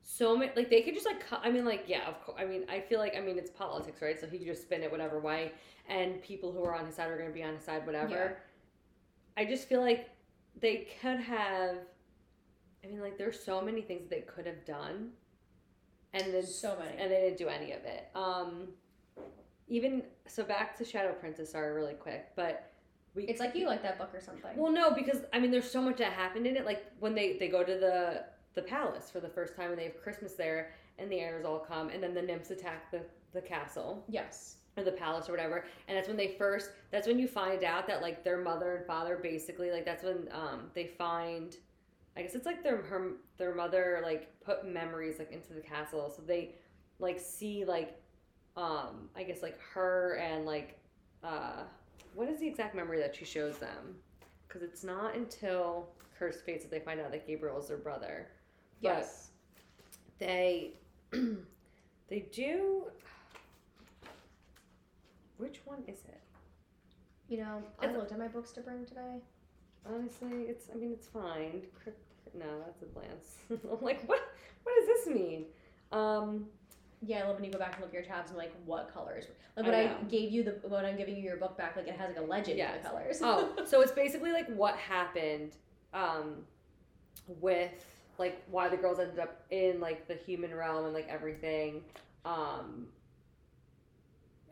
so many like they could just like cut I mean like yeah of course I mean I feel like I mean it's politics right so he could just spin it whatever way and people who are on his side are gonna be on his side whatever. I just feel like they could have. I mean like there's so many things that they could have done, and then So many. and they didn't do any of it. Um, even so back to Shadow Princess. Sorry, really quick, but we It's like you like that book or something. well, no, because I mean, there's so much that happened in it. Like when they they go to the the palace for the first time and they have Christmas there, and the heirs all come, and then the nymphs attack the the castle yes. or the palace or whatever. And that's when they first. That's when you find out that like their mother and father basically like that's when um they find. I guess it's like their her their mother like put memories like into the castle, so they like see like um I guess like her and like uh what is the exact memory that she shows them? Because it's not until Cursed Fates that they find out that Gabriel is their brother. But- Yes. they they do which one is it You know, I It's- looked at my books to bring today. honestly it's i mean it's fine Crypt- no that's a glance i'm like what what does this mean um Yeah, I love when you go back and look at your tabs and like what colors. Like I when I, know. gave you the when I'm giving you your book back, like it has like a legend Yes. of the colors. oh so it's basically like what happened um with like why the girls ended up in like the human realm and like everything um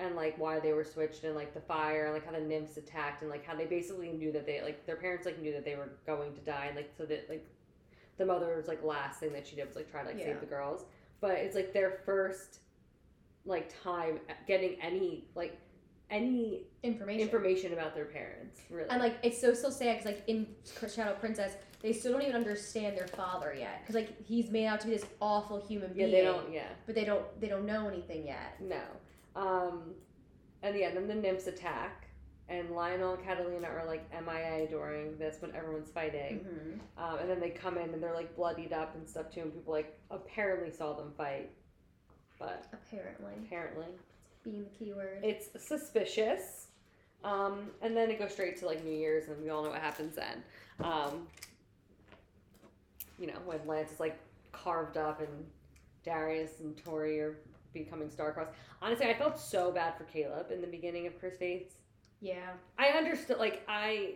and like why they were switched and like the fire and like how the nymphs attacked and like how they basically knew that they like their parents like knew that they were going to die and like so that like the mother's like last thing that she did was like try to like Yeah. save the girls but it's like their first like time getting any like any information. information about their parents really and like it's so so sad because like in Shadow Princess, they still don't even understand their father yet because like he's made out to be this awful human yeah being. they don't yeah But they don't they don't know anything yet. No. Um, and yeah, then the nymphs attack, and Lionel and Catalina are like MIA during this when everyone's fighting. Mhm. Um, and then they come in and they're like bloodied up and stuff too, and people like apparently saw them fight, but Apparently, apparently being the key word. it's suspicious. Um, and then it goes straight to like New Year's, and we all know what happens then. Um, you know, when Lance is like carved up and Darius and Tori are becoming star-crossed. Honestly, I felt so bad for Caleb in the beginning of Chris Fates. yeah. I understood, like, I.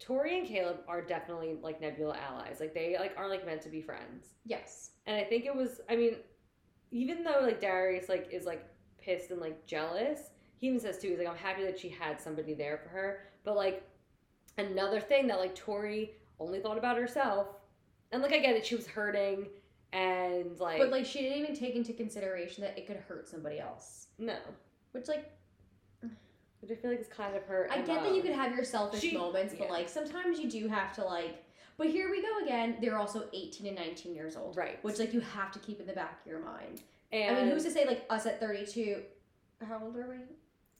Tori and Caleb are definitely like Nebula allies. Like, they like aren't like meant to be friends Yes. and I think it was. I mean, even though like Darius like is like pissed and like jealous, he even says too. He's like, I'm happy that she had somebody there for her, but like another thing that like Tori only thought about herself. And like I get it, she was hurting and like, But like she didn't even take into consideration that it could hurt somebody else. no. Which like Which I feel like it's kind of her. I get that MO. you could have your selfish She- moments, but yeah. like sometimes you do have to like but here we go again. They're also 18 and 19 years old. Right. Which like you have to keep in the back of your mind. and I mean, who's to say like us at 32 how old are we?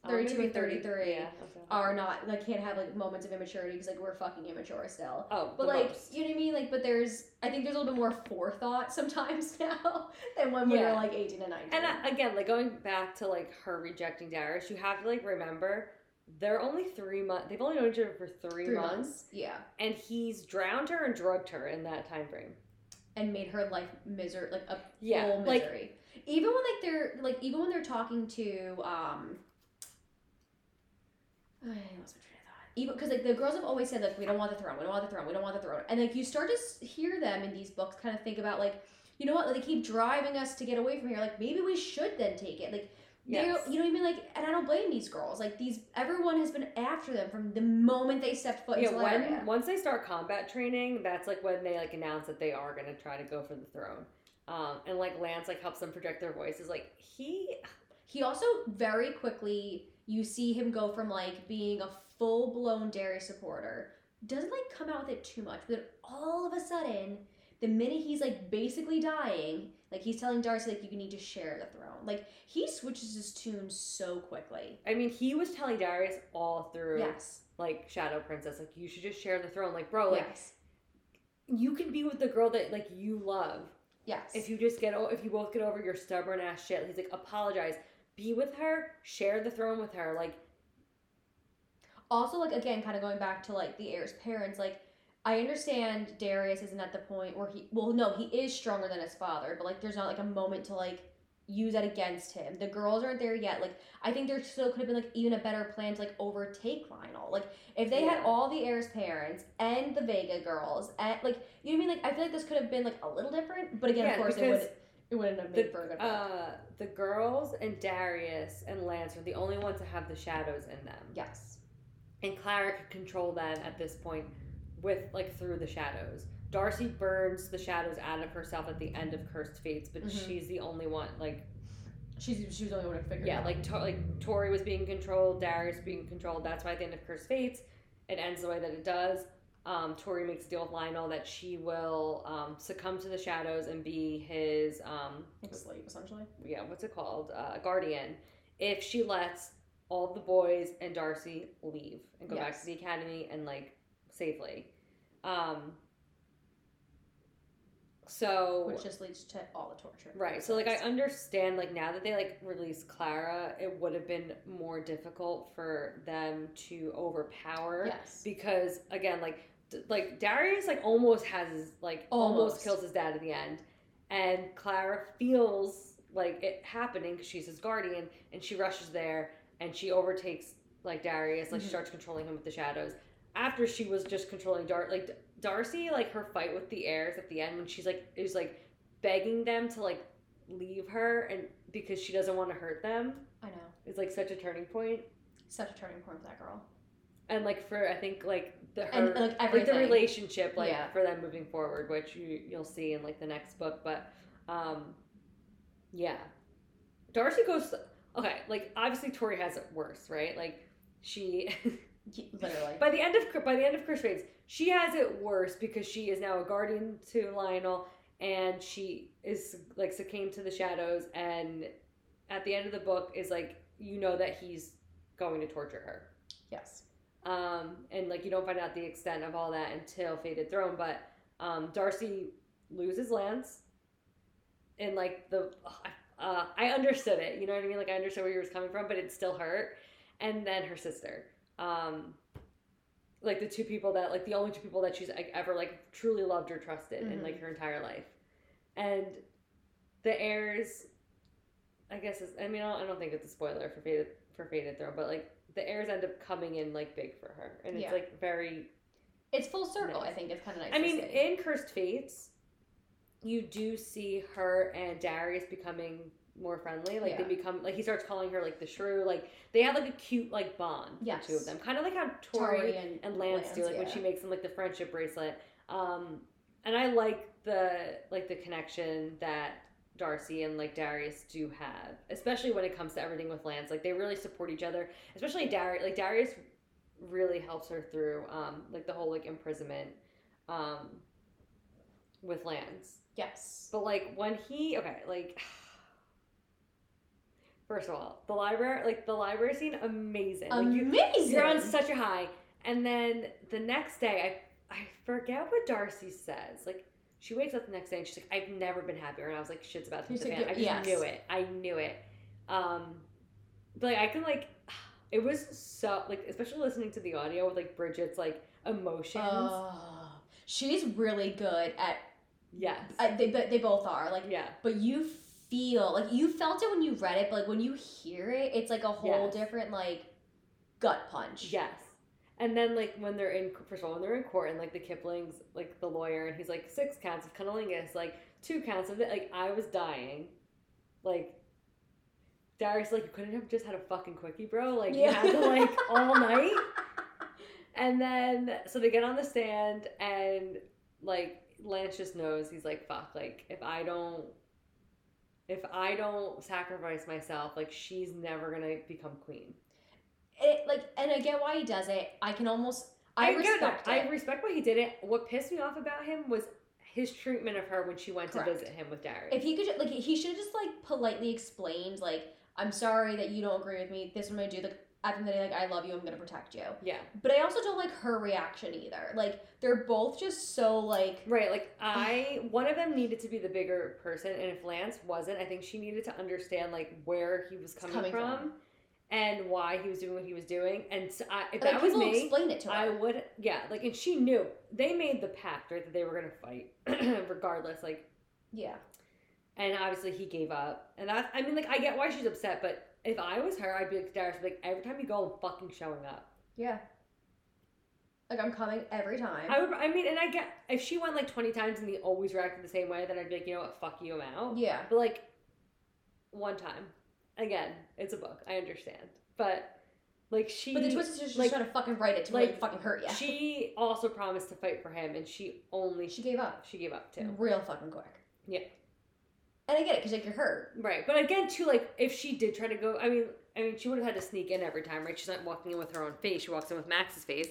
Oh, maybe 32 and 33 Yeah. okay. Are not like can't have like moments of immaturity because like we're fucking immature still. oh, But the like most. you know what I mean? Like but there's I think there's a little bit more forethought sometimes now than when we were Yeah. like 18 and 19. And I, again, like going back to like her rejecting Darius, you have to like remember they're only three months. They've only known each other for three, three months, months. Yeah. and he's drowned her and drugged her in that time frame. and made her life miser like a Yeah, full like- misery. even when like they're like even when they're talking to um I lost my train of thought. Even because like the girls have always said like we don't want the throne, we don't want the throne, we don't want the throne, and like you start to s- hear them in these books kind of think about like you know what like, they keep driving us to get away from here like maybe we should then take it like they're Yes. you know what I mean like and I don't blame these girls like these everyone has been after them from the moment they stepped foot in yeah, Solaria. when once they start combat training, that's like when they like announce that they are gonna try to go for the throne. Um, and like Lance like helps them project their voices. Like he, He also very quickly you see him go from like being a full blown Darius supporter, doesn't like come out with it too much, but then all of a sudden, the minute he's like basically dying, like he's telling Darcy like you need to share the throne. Like he switches his tune so quickly. I mean, he was telling Darius all through Yes. like Shadow Princess, like you should just share the throne. Oh, Like bro, like yes. you can be with the girl that like you love. Yes. If you just get o- if you both get over your stubborn ass shit, he's like apologize, be with her, share the throne with her. Like also like again kind of going back to like the heir's parents like i understand darius isn't at the point where he well no he is stronger than his father but like there's not like a moment to like use that against him the girls aren't there yet like i think there still could have been like even a better plan to like overtake lionel like if they had Yeah. all the heir's parents and the vega girls and like you know what i mean like i feel like this could have been like a little different but again of Yeah, course it because would it wouldn't have made for a good product. uh, the girls and Darius and Lance are the only ones that have the shadows in them. yes and Clara could control them at this point with like through the shadows. Darcy burns the shadows out of herself at the end of Cursed Fates, but Mhm. she's the only one. Like she's she was the only one who figured it yeah, out. like to- like Tori was being controlled, Darius being controlled. That's why at the end of Cursed Fates, it ends the way that it does. Um, Tori makes a deal with Lionel that she will um, succumb to the shadows and be his um, Like a slave essentially yeah, what's it called? Uh, guardian. If she lets all the boys and Darcy leave and go back Yes. to the academy and like safely. Um, so which just leads to all the torture right, so like I understand like now that they like released Clara, it would have been more difficult for them to overpower yes because again like d- like Darius like almost has his like almost. Almost. kills his dad at the end and Clara feels like it happening because she's his guardian and she rushes there and she overtakes like Darius like she Mhm. starts controlling him with the shadows after she was just controlling Dar like D- Darcy like her fight with the heirs at the end when she's like is like begging them to like leave her and because she doesn't want to hurt them I know. is like such a turning point Such a turning point for that girl. and like for I think like the her And like everything. like the relationship like Yeah. for them moving forward which you, you'll see in like the next book but um yeah darcy goes okay like obviously tori has it worse right like she Ye- Literally. by the end of by the end of Chris Fates, she has it worse because she is now a guardian to Lionel, and she is like succumbed to the shadows. And at the end of the book, is like you know that he's going to torture her yes. um, and like you don't find out the extent of all that until Fated Throne. But um, Darcy loses Lance, and like the uh, I understood it. You know what I mean? Like I understood where you was coming from, but it still hurt. And then her sister, um, like the two people that like the only two people that she's like, ever like truly loved or trusted in Mhm. like her entire life, and the heirs. I guess it's, I mean I don't, I don't think it's a spoiler for Fated for Fated Throne, but like the heirs end up coming in like big for her, and Yeah. it's like very. It's full circle, I Nice. think. It's kind of nice. I to mean, see. in Cursed Fates, you do see her and Darius becoming more friendly. Like Yeah. they become like he starts calling her like the shrew. Like they have like a cute like bond. Yes. The two of them, kind of like how Tori, Tori and, and Lance, do, like when yeah. she makes him like the friendship bracelet. Um, and I like the like the connection that Darcy and like Darius do have, especially when it comes to everything with Lance. Like they really support each other, especially Darius. Like Darius really helps her through um like the whole like imprisonment um with Lance. Yes. But like when he okay, like first of all, the library like the library scene amazing. Like you Amazing. you're on such a high. And then the next day I I forget what Darcy says. Like she wakes up the next day and she's like, I've never been happier and I was like, shit's about to hit She's the like, fan. I just yes. knew it. I knew it. Um but like I can like it was so like especially listening to the audio with like Bridget's like emotions. Oh, she's really good at. yes. Uh, they but they both are like, yeah. but you feel like you felt it when you read it, but like when you hear it, it's like a whole Yes. different like gut punch. Yes. And then like when they're in first of all when they're in court and like the Kipling's like the lawyer and he's like six counts of cunnilingus, like two counts of it like I was dying. Like Darius like you couldn't have just had a fucking quickie, bro. Like Yeah. you had to like all night. And then so they get on the stand and like Lance just knows he's like fuck like if I don't if I don't sacrifice myself like she's never gonna become queen. It like, and I get why he does it. I can almost. I, get respect it. it. I respect why he did it. What pissed me off about him was his treatment of her when she went Correct. to visit him with Darius. If he could, ju- like, he should have just like politely explained, like, I'm sorry that you don't agree with me. This is what I'm gonna do. Like, at the end of the day, like, I love you. I'm gonna protect you. yeah, But I also don't like her reaction either. Like, they're both just so like, right. Like I, one of them needed to be the bigger person, and if Lance wasn't, I think she needed to understand like where he was coming, coming from, from. and why he was doing what he was doing. And so I, if like, that was people me, explain it to her. I would, yeah. Like, and she knew they made the pact right that they were gonna fight regardless. Like, yeah. and obviously he gave up. And that's, I mean, like, I get why she's upset, but if I was her, I'd be like, Darius, like, every time you go, I'm fucking showing up. Yeah. Like, I'm coming every time. I would, I mean, and I get, if she went like 20 times and he always reacted the same way, then I'd be like, you know what, fuck you, I'm out. yeah. But like, one time. Again, it's a book, I understand. But, like, she. But the twist is just like- trying to fucking write it to like, really fucking hurt you. She, She also promised to fight for him, and she only she, gave up gave up too. real fucking quick. Yeah. And I get it because like you're hurt. Right, but again, too, like if she did try to go, I mean, I mean, she would have had to sneak in every time, right? She's not walking in with her own face; she walks in with Max's face.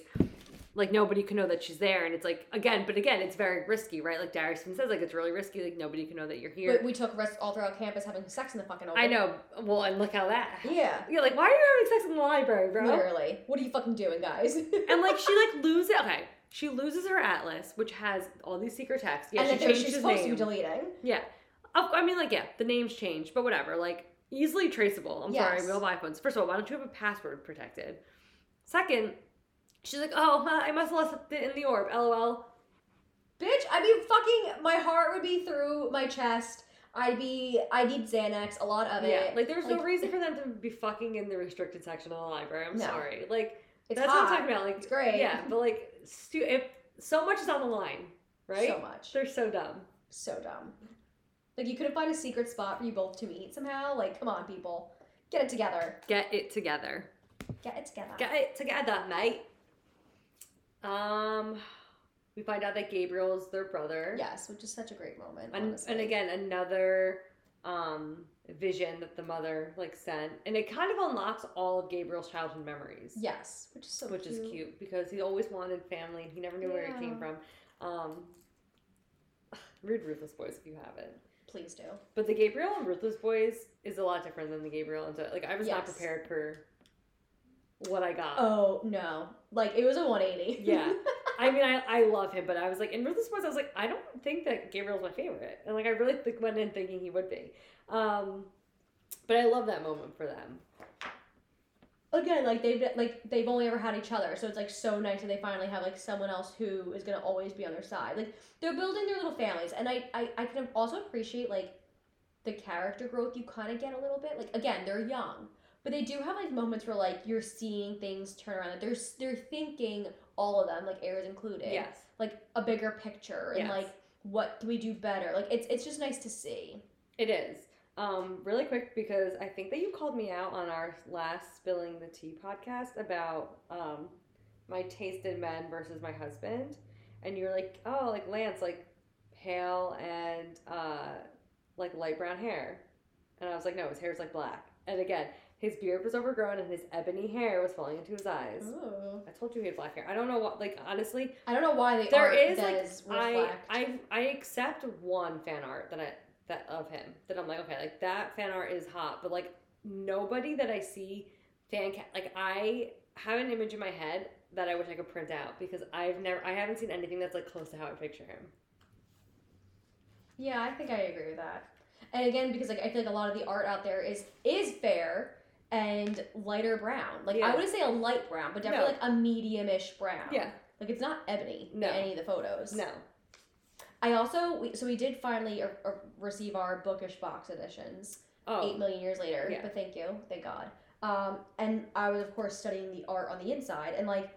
Like nobody can know that she's there, and it's like again, but again, it's very risky, right? Like Darius even says, like it's really risky. Like nobody can know that you're here. But we took risks all throughout campus having sex in the fucking open. I know. Well, and look how that. Yeah. Yeah, like why are you having sex in the library, bro? Literally. What are you fucking doing, guys? And like she like loses. Okay, she loses her atlas, which has all these secret texts. Yeah, and she then oh, changed she's his supposed to name. be deleting. Yeah. Of- I mean, like, yeah, the name's changed, but whatever. Like, easily traceable. I'm Yes. sorry, real life ones. First of all, why don't you have a password protected? Second, she's like, oh, huh, I must have left it in the orb. LOL. Bitch, I'd be fucking my heart would be through my chest. I'd be I need Xanax, a lot of Yeah. it. Like, there's no Like- reason for them to be fucking in the restricted section of the library. I'm No. sorry. Like, it's that's what hot. I'm talking about. Like, It's great. Yeah, but like, stu- if so much is on the line, right? So much. They're so dumb. So dumb. Like you couldn't find a secret spot for you both to meet somehow. Like, come on, people. Get it together. Get it together. Get it together. Get it together, mate. Um, we find out that Gabriel's their brother. Yes, which is such a great moment. and, honestly. and again another um vision that the mother like sent and it kind of unlocks all of gabriel's childhood memories Yes, which is so which is cute because he always wanted family and he never knew where it came from um read ruthless boys if you haven't Please do. but the gabriel and ruthless boys is a lot different than the gabriel and so like i was not Yes. prepared for what i got Oh no! Like it was a one eighty. yeah i mean I, I love him but i was like in ruthless boys i was like i don't think that gabriel's my favorite and like i really th- went in thinking he would be um but i love that moment for them again, like they've like they've only ever had each other, so it's like so nice that they finally have like someone else who is gonna always be on their side. Like they're building their little families, and I I, I can also appreciate like the character growth you kind of get a little bit. Like again, they're young, but they do have like moments where like you're seeing things turn around. Like they're s- they're thinking all of them, like Ares included, yes like a bigger picture and Yes. like what can we do better? Like it's it's just nice to see. It is. Um, really quick because I think that you called me out on our last spilling the tea podcast about um, my taste in men versus my husband, and you were like, oh, like Lance, like pale and uh, like light brown hair, and I was like, no, his hair's like black, and again, his beard was overgrown and his ebony hair was falling into his eyes. Ooh. I told you he had black hair. I don't know what, like honestly, I don't know why they there aren't is that like is I, reflect. I I accept one fan art that I that of him that I'm like okay like that fan art is hot but like nobody that I see fan ca- like I have an image in my head that I wish I could print out because I've never I haven't seen anything that's like close to how I picture him. Yeah, I think I agree with that. And again, because like I feel like a lot of the art out there is is fair and lighter brown. Like I Yeah. wouldn't say a light brown, but definitely like a medium-ish brown. Yeah. Like it's not ebony No. in any of the photos. No, I also we, so we did finally uh, uh, receive our bookish box editions eight oh million years later. Yeah. But thank you, thank God. Um, and I was of course studying the art on the inside, and like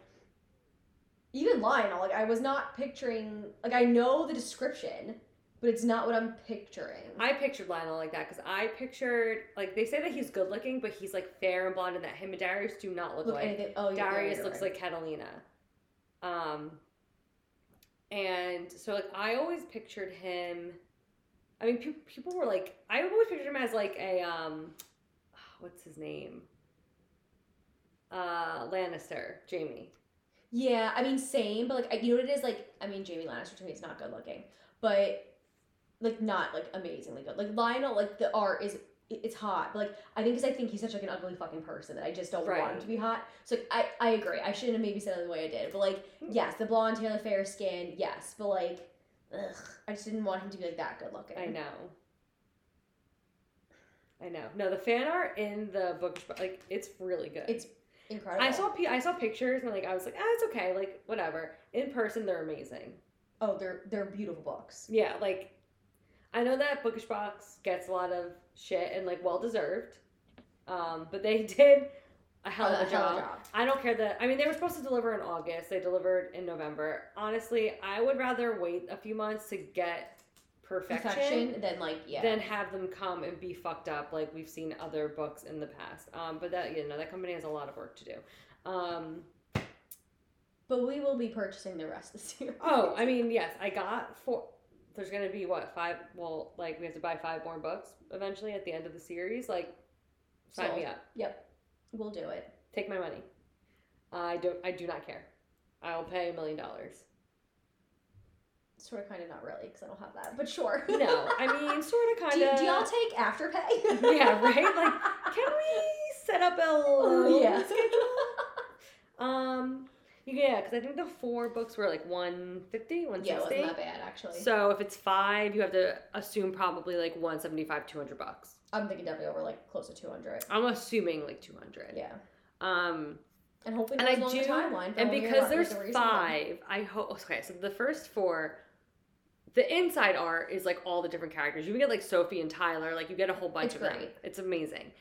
even Lionel, like I was not picturing. Like I know the description, but it's not what I'm picturing. I pictured Lionel like that because I pictured like they say that he's good looking but he's like fair and blonde and that him and Darius do not look, look like. anything. Oh, yeah, yeah, Darius you're looks right. like Catalina. Um, and so like I always pictured him. I mean, pe- people were like, I always pictured him as like a um, what's his name? Uh, Lannister, Jamie. Yeah, I mean, same, but like I- you know what it is. Like I mean, Jamie Lannister to me is not good looking, but like not like amazingly good. Like Lionel, like the art is it- it's hot, but like I think because I think he's such like an ugly fucking person that I just don't want him Right. to be hot. So like I I agree. I shouldn't have maybe said it the way I did, but like yes, the blonde hair, the fair skin, yes, but like ugh, I just didn't want him to be like that good looking. I know. I know. No, the fan art in the book, like it's really good. It's incredible. I saw pe- I saw pictures and like I was like, ah, it's okay, like whatever. In person, they're amazing. oh they're they're beautiful books. Yeah, like I know that Bookish Box gets a lot of shit and like well deserved, um, but they did a hell Oh, of a hell of job. I don't care that I mean they were supposed to deliver in August. They delivered in November. Honestly, I would rather wait a few months to get perfection, Perfection. Then like yeah. than have them come and be fucked up like we've seen other books in the past. Um, but that you know that company has a lot of work to do. Um, but we will be purchasing the rest this year. Oh, I mean, yes, I got four. There's gonna be what five? Well, like we have to buy five more books eventually at the end of the series. Like, sign Sold. me up. Yep. We'll do it. Take my money. I don't. I do not care. I'll pay a million dollars. Sort of, kind of, not really, because I don't have that. But sure. No, I mean, sort of, do, kind of. do y'all take afterpay? Yeah, right? Like, Can we set up a Oh, loan yeah. schedule? Um, yeah, because I think the four books were like 150, yeah, it 160. wasn't that bad actually. so if it's five, you have to assume probably like 175, 200 bucks. I'm thinking definitely over like close to 200. I'm assuming like 200. Yeah, Um, and hopefully and goes I along do, the timeline. for and when we because are, Oh, like, there's the reasonable. five, I hope. Okay, so the first four, the inside art is like all the different characters. You get like Sophie and Tyler. Like you get a whole bunch It's of them. great. It's amazing.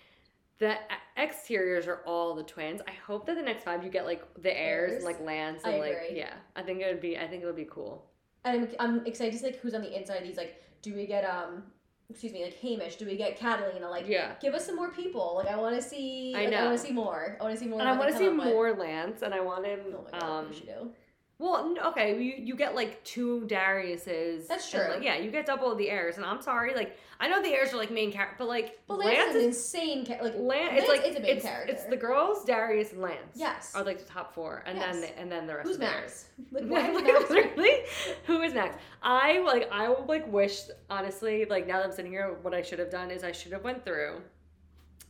The e- exteriors are all the twins. I hope that the next five you get like the heirs Heirs. and like Lance I and like agree. yeah. I think it would be. I think it would be cool. And I'm, I'm excited to see like who's on the inside of these. Like, do we get um, excuse me, like Hamish? Do we get Catalina? Like, yeah. give us some more people. Like, I want to see. I like, I know. want to see more. I want to see more. And I of what want they to see come up with. more Lance, and I want him. Oh my god, um, we should do. Well, n- okay, you, you get like two Dariuses. That's and, true. like, yeah, you get double the heirs, and I'm sorry, like I know the heirs are like main character, but like But Lance, Lance is is insane. Ca- like, Lance. Lance It's like is a main it's, character. it's the girls, Darius, and Lance. yes. are like the top four, and then Yes. the- and then the rest. Who's of the heirs. Max? Like, why Like, is Max? literally, who is Max? I like I would like wish honestly like now that I'm sitting here, what I should have done is I should have went through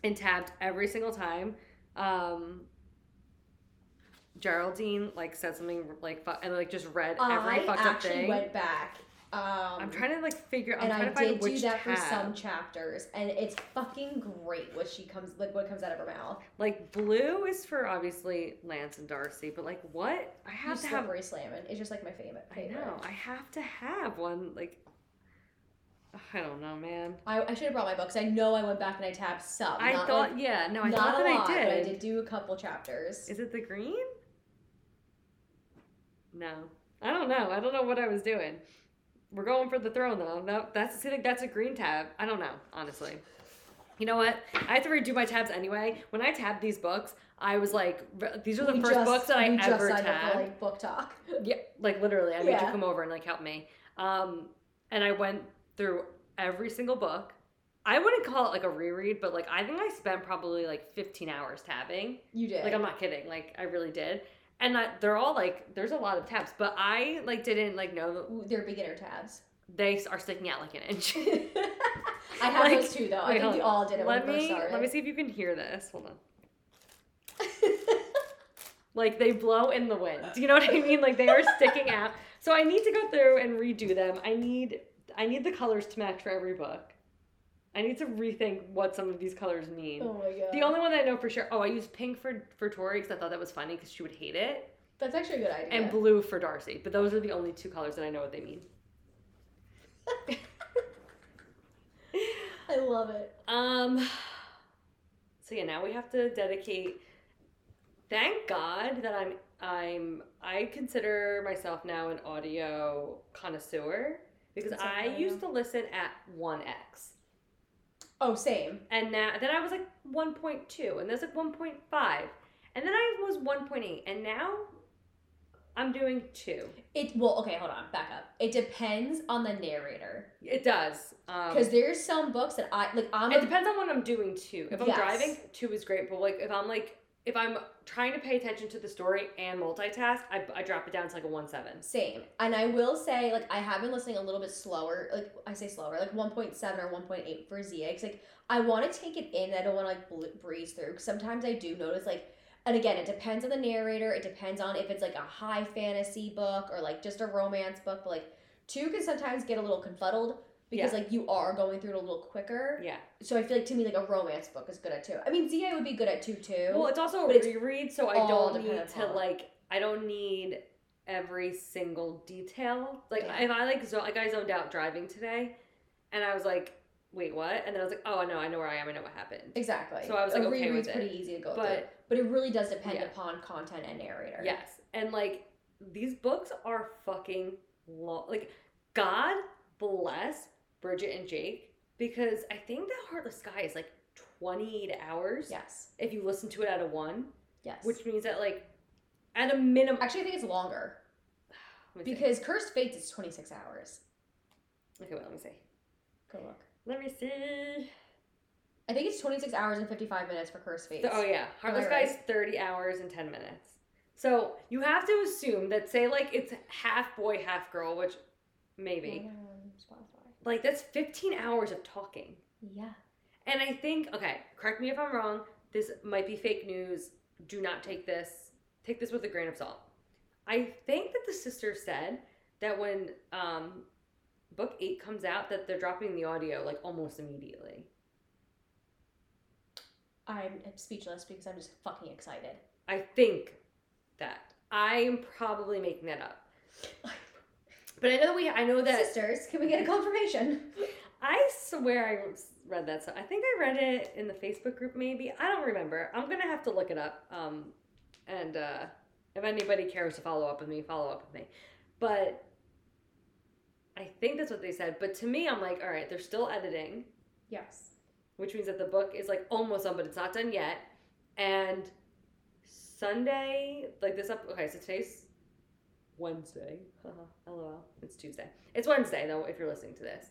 and tabbed every single time. Um, Geraldine like said something like fu- and like just read every I fucked up actually thing. went back. Um, I'm trying to like figure. I'm and trying I to find did do which that tab. for some chapters, and it's fucking great what she comes like what comes out of her mouth. Like blue is for obviously Lance and Darcy, but like what I have You to have. slippery slamming. It's just like my favorite. I favorite. know I have to have one. Like I don't know, man. I, I should have brought my book 'cause I know I went back and I tabbed some. I not, thought like, yeah. No, I not thought a that lot, I but I did. did do a couple chapters. Is it the green? No, I don't know. I don't know what I was doing. We're going for the throne though. No, that's I think that's a green tab. I don't know, honestly. You know what? I have to redo my tabs anyway. When I tabbed these books, I was like, re- these are the We first just- books that I we just ever signed up for, tabbed. like book talk. Yeah, like literally, I made Yeah. you come over and like help me. Um, and I went through every single book. I wouldn't call it like a reread, but like I think I spent probably like 15 hours tabbing. You did. Like I'm not kidding. Like I really did. And I, they're all like there's a lot of tabs, but I like didn't like know that Ooh, They're beginner tabs. they are sticking out like an inch. I have Like, those too, though. wait, I think hold we on. all did it let when we first me started. let me see if you can hear this. Hold on. Like they blow in the wind. Do you know what I mean? Like they are sticking out. So I need to go through and redo them. I need I need the colors to match for every book. I need to rethink what some of these colors mean. oh my god. The only one that I know for sure. Oh, I used pink for for Tori because I thought that was funny because she would hate it, That's actually a good idea. and blue for Darcy. But those are the only two colors that I know what they mean. I love it. Um. So yeah, now we have to dedicate. Thank God that I'm I'm I consider myself now an audio connoisseur because What's up, I audio? used to listen at one X Oh, same. and now then I was like one point two and that's like one point five and then I was one point eight and now I'm doing two. It well, okay, hold on, back up. It depends on the narrator It does Um, because there's some books that I like. I'm It a, depends on what I'm doing too. If I'm Yes. driving, two is great. But like if I'm like if I'm trying to pay attention to the story and multitask, I, I drop it down to like a one seven. same, and I will say like I have been listening a little bit slower. Like I say slower, like 1.7 or 1.8 for Zia. 'cause, like I want to take it in. I don't want to like bl- breeze through. 'cause sometimes I do notice like. And again, it depends on the narrator. It depends on if it's like a high fantasy book or like just a romance book. But like two can sometimes get a little confuddled because like you are going through it a little quicker. Yeah. So I feel like to me like a romance book is good at two. I mean ZA would be good at two too. Well, it's also a But it's reread, so I all don't need dependent to on- like I don't need every single detail. Like Yeah. if I like zo- like I zoned out driving today, and I was like, wait, what? And then I was like, oh no, I know where I am. I know what happened. exactly. So I was, like, a okay reread's with it. pretty easy to go But- through, but it really does depend Yeah. upon content and narrator. Yes. And like these books are fucking long. Like God bless Bridget and Jake because I think that Heartless Sky is like 28 hours Yes. if you listen to it at a one, Yes. which means that like at a minimum actually I think it's longer because because Cursed Fates is 26 hours. okay, wait, let me see. Go look. Let me see. I think it's 26 hours and 55 minutes for Cursed Fates. So- oh yeah, Heartless I Sky right? is 30 hours and 10 minutes. So you have to assume that say like it's half boy, half girl, which maybe Um, Spotify. like that's 15 hours of talking. Yeah. And I think, okay, correct me if I'm wrong. This might be fake news. Do not take this. Take this with a grain of salt. I think that the sister said that when um, book eight comes out, that they're dropping the audio like almost immediately. I'm speechless because I'm just fucking excited. I think that I am probably making that up, but I know that we. I know that Sisters, can we get a confirmation? I swear I read that. So I think I read it in the Facebook group. Maybe I don't remember. I'm gonna have to look it up. Um, and uh, if anybody cares to follow up with me, follow up with me. But I think that's what they said. But to me, I'm like, all right, they're still editing, Yes. which means that the book is like almost done, but it's not done yet. And Sunday, like this up. Okay, so today's Wednesday. Lol. It's Tuesday. It's Wednesday though. If you're listening to this,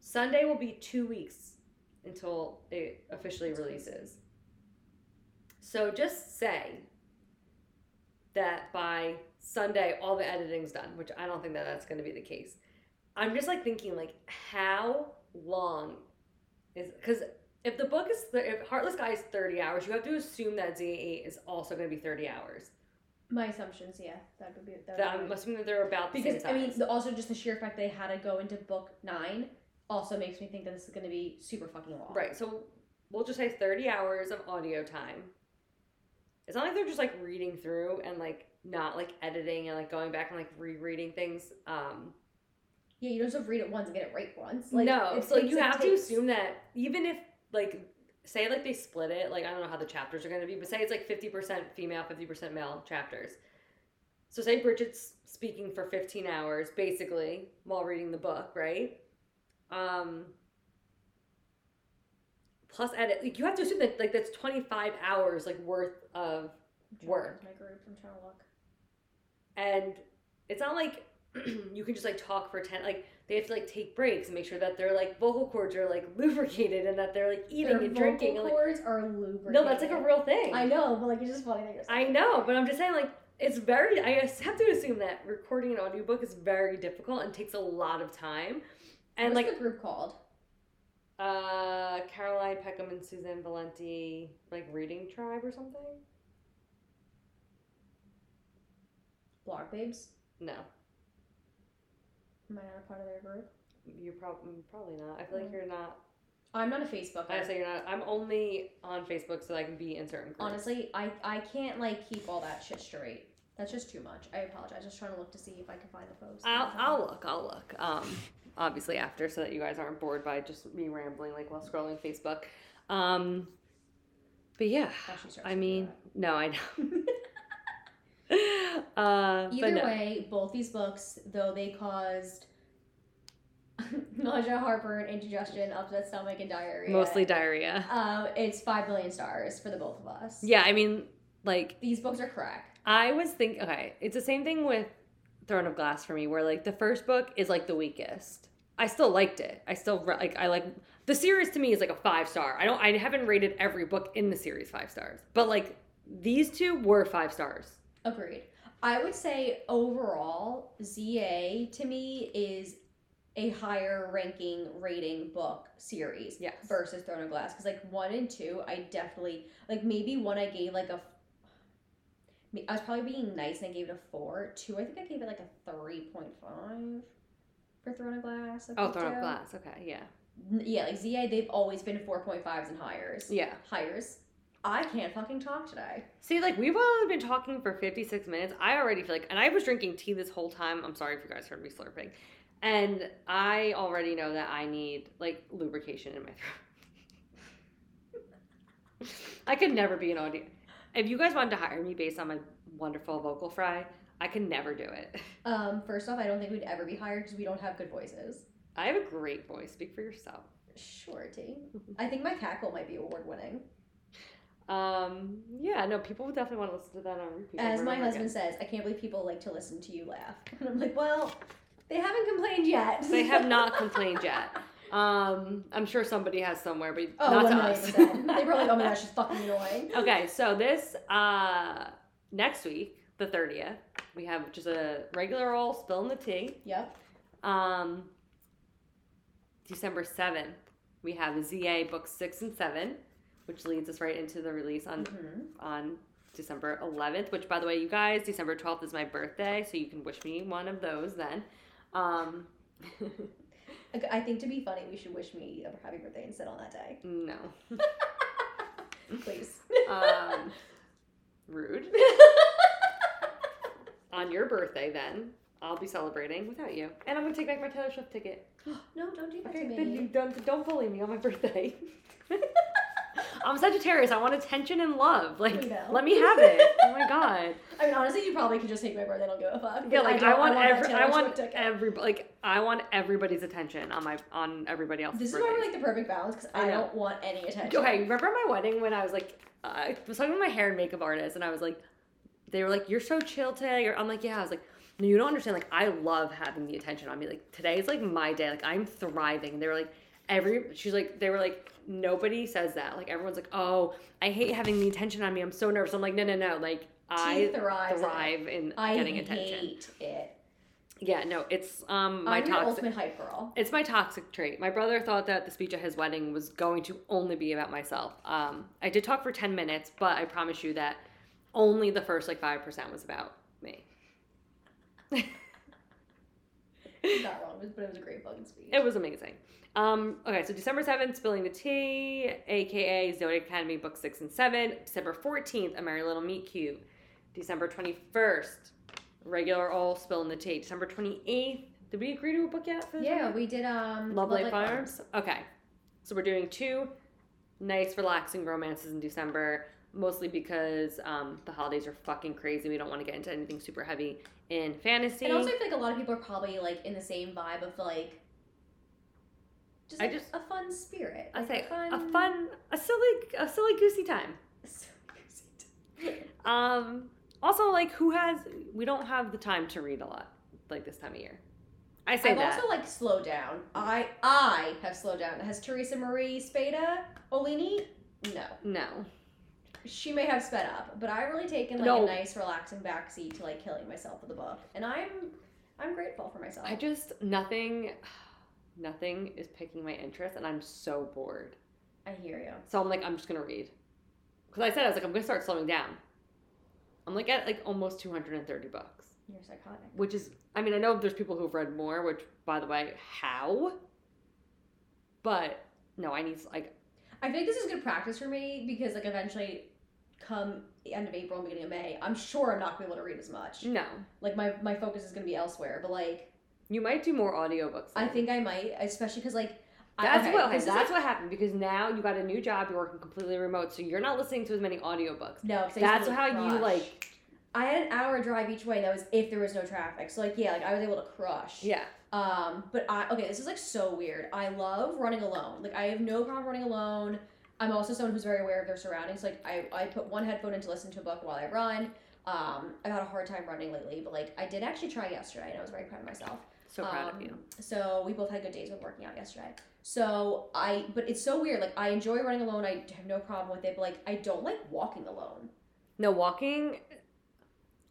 Sunday will be two weeks until it officially That's releases. So just say that by Sunday all the editing's done, which I don't think that that's going to be the case. I'm just like thinking like how long is because if the book is if Heartless Guy is 30 hours, you have to assume that Z8 is also going to be 30 hours. My assumptions, yeah. That would be that would That, be- I'm assuming that they're about the Um, because same I size. mean, the, also just the sheer fact they had to go into book nine also makes me think that this is going to be super fucking long. Right. So we'll just say 30 hours of audio time. It's not like they're just like reading through and like not like editing and like going back and like rereading things. Um Yeah, you don't just read it once and get it right once. Like, no, it so like takes- you it have takes- to assume that even if like say like they split it, like I don't know how the chapters are going to be, but say it's like 50% female, 50% male chapters. So St. Bridget's speaking for 15 hours, basically, while reading the book, right? Um, plus edit. Like, you have to assume that like that's 25 hours like worth of work. My group. I'm trying to look. and it's not like you can just like talk for 10 like they have to like take breaks and make sure that their like vocal cords are like lubricated and that they're like eating Their and vocal drinking and, like, cords are lubricated. no that's like a real thing I know, but like it's just funny that you're I saying. know but i'm just saying like it's very i just have to assume that recording an audiobook is very difficult and takes a lot of time and What's like the group called. uh caroline peckham and suzanne valenti like reading tribe or something Blog Babes. no Am I not a part of their group? you're probably probably not i feel like Mm. you're not I'm not a Facebook. I say you're not. I'm only on Facebook so that I can be in certain groups. Honestly, I I can't like keep all that shit straight. That's just too much. I apologize. I was trying to look to see if I can find the post. I'll, I'll look. I'll look. Um, obviously after, so that you guys aren't bored by just me rambling like while scrolling Facebook. Um, but yeah, Actually, sorry, I sorry, mean, do no, I know. uh, but Either no. way, both these books, though they caused nausea, heartburn, indigestion, upset stomach, and diarrhea. mostly diarrhea. Um, it's five billion stars for the both of us. Yeah, I mean, like These books are crack. I was thinking. Okay, it's the same thing with Throne of Glass for me, where like the first book is like the weakest. I still liked it. I still re- like. I like the series. To me, is like a five star. I don't. I haven't rated every book in the series five stars, but like these two were five stars. Agreed. I would say overall, ZA to me is a higher ranking rating book series Yes. versus Throne of Glass because like one and two, I definitely like maybe one I gave like a. I was probably being nice and I gave it a four. Two, I think I gave it like a three point five for Throne of Glass. I Oh, think Throne so. of Glass. Okay, yeah, N- Yeah, like ZA, they've always been four point fives and higher. yeah. Hires. I can't fucking talk today. See, like we've only been talking for fifty six minutes. I already feel like, and I was drinking tea this whole time. I'm sorry if you guys heard me slurping, and I already know that I need like lubrication in my throat. I could never be an audio. If you guys wanted to hire me based on my wonderful vocal fry, I could never do it. Um, first off, I don't think we'd ever be hired because we don't have good voices. I have a great voice. Speak for yourself. Shorty. I think my cackle might be award winning. Um, yeah, no, people would definitely want to listen to that on repeat. over As and my over again. husband says, I can't believe people like to listen to you laugh. And I'm like, well, they haven't complained yet. They have not complained yet. Um, I'm sure somebody has somewhere, but Oh, not to 100%. us. they were like, oh my gosh, she's fucking annoying. Okay, so this uh, next week, the 30th, we have just a regular old spilling the tea. Yep. Um, December 7th, we have ZA books six and seven, which leads us right into the release on Mhm. on December 11th, which by the way, you guys, December 12th is my birthday, so you can wish me one of those then. Um, Like, I think to be funny, we should wish me a happy birthday instead on that day. no. Please. Um, rude. On your birthday, then I'll be celebrating without you, and I'm gonna take back my Taylor Swift ticket. no, don't do that Okay, to then you me. don't don't bully me on my birthday. I'm Sagittarius. I want attention and love. Like, We know. let me have it. Oh my god. I mean, honestly, you probably could just take my birthday. I don't give a fuck. Yeah, like I, don't- want that every, Taylor I Swift want ticket. every, like I want everybody's attention on my on everybody else's. This is birthdays. why we're like the perfect balance because I I, know. don't want any attention. Okay, remember my wedding when I was like, I was talking to my hair and makeup artist, and I was like, they were like, "You're so chill today." Or I'm like, "Yeah." I was like, "No, you don't understand. Like, I love having the attention on me. Like, today is like my day. Like, I'm thriving." And they were like, "Every," she's like, "They were like, nobody says that. Like, everyone's like, oh, I hate having the attention on me. I'm so nervous." I'm like, "No, no, no. Like, I She thrives in it. thrive in I getting hate attention. it. Yeah, no, it's um my I'm your toxic." ultimate hype girl. It's my toxic trait. My brother thought that the speech at his wedding was going to only be about myself. Um, I did talk for 10 minutes, but I promise you that only the first like 5% was about me. It's not wrong, but it was a great fucking speech. It was amazing. Um, okay, so December 7th, Spilling the Tea, aka Zodiac Academy, book six and seven. December 14th, A Merry Little Meet Cute. December 21st, regular old Spilling the Tea. December 28th, did we agree to a book yet? for this yeah, one? we did um Love Light Farms. Farms. Okay. So we're doing two nice, relaxing romances in December. mostly because um, the holidays are fucking crazy. We don't want to get into anything super heavy in fantasy. And also, I feel like a lot of people are probably like in the same vibe of like just, I like, just- a fun spirit. I like, say a fun, a silly, a silly goosey time. Um, also, like, who has? We don't have the time to read a lot like this time of year. I say I've that. also like slowed down. I I have slowed down. Has Teresa Marie Spada Olini? No, no, she may have sped up, but I really taken like No. a nice relaxing backseat to like killing myself with a book, and I'm I'm grateful for myself. I just nothing, nothing is picking my interest, and I'm so bored. I hear you. So I'm like, I'm just gonna read. Because I said I was like, I'm gonna start slowing down. I'm like at like almost 230 books, You're psychotic. which is, I mean, I know there's people who've read more. Which, by the way, how? But no, I need like I feel like this is good practice for me because like eventually, come the end of April and beginning of May, I'm sure I'm not gonna be able to read as much. no. Like my my focus is gonna be elsewhere. But like You might do more audiobooks. I than- think I might, especially because like I- That's okay, what this is, like, that's what happened because now you got a new job, you're working completely remote, so you're not listening to as many audiobooks. No, 'cause I used to That's really how you crush. like I had an hour drive each way. and That was if there was no traffic. So like yeah, like I was able to crush. Yeah. Um, but I okay, this is like so weird. I love running alone. Like I have no problem running alone. I'm also someone who's very aware of their surroundings. Like I, I put one headphone in to listen to a book while I run. Um, I've had a hard time running lately, but like I did actually try yesterday, and I was very proud of myself. So proud of Um, you. So we both had good days with working out yesterday. So I, but it's so weird. Like I enjoy running alone. I have no problem with it. But like I don't like walking alone. No, walking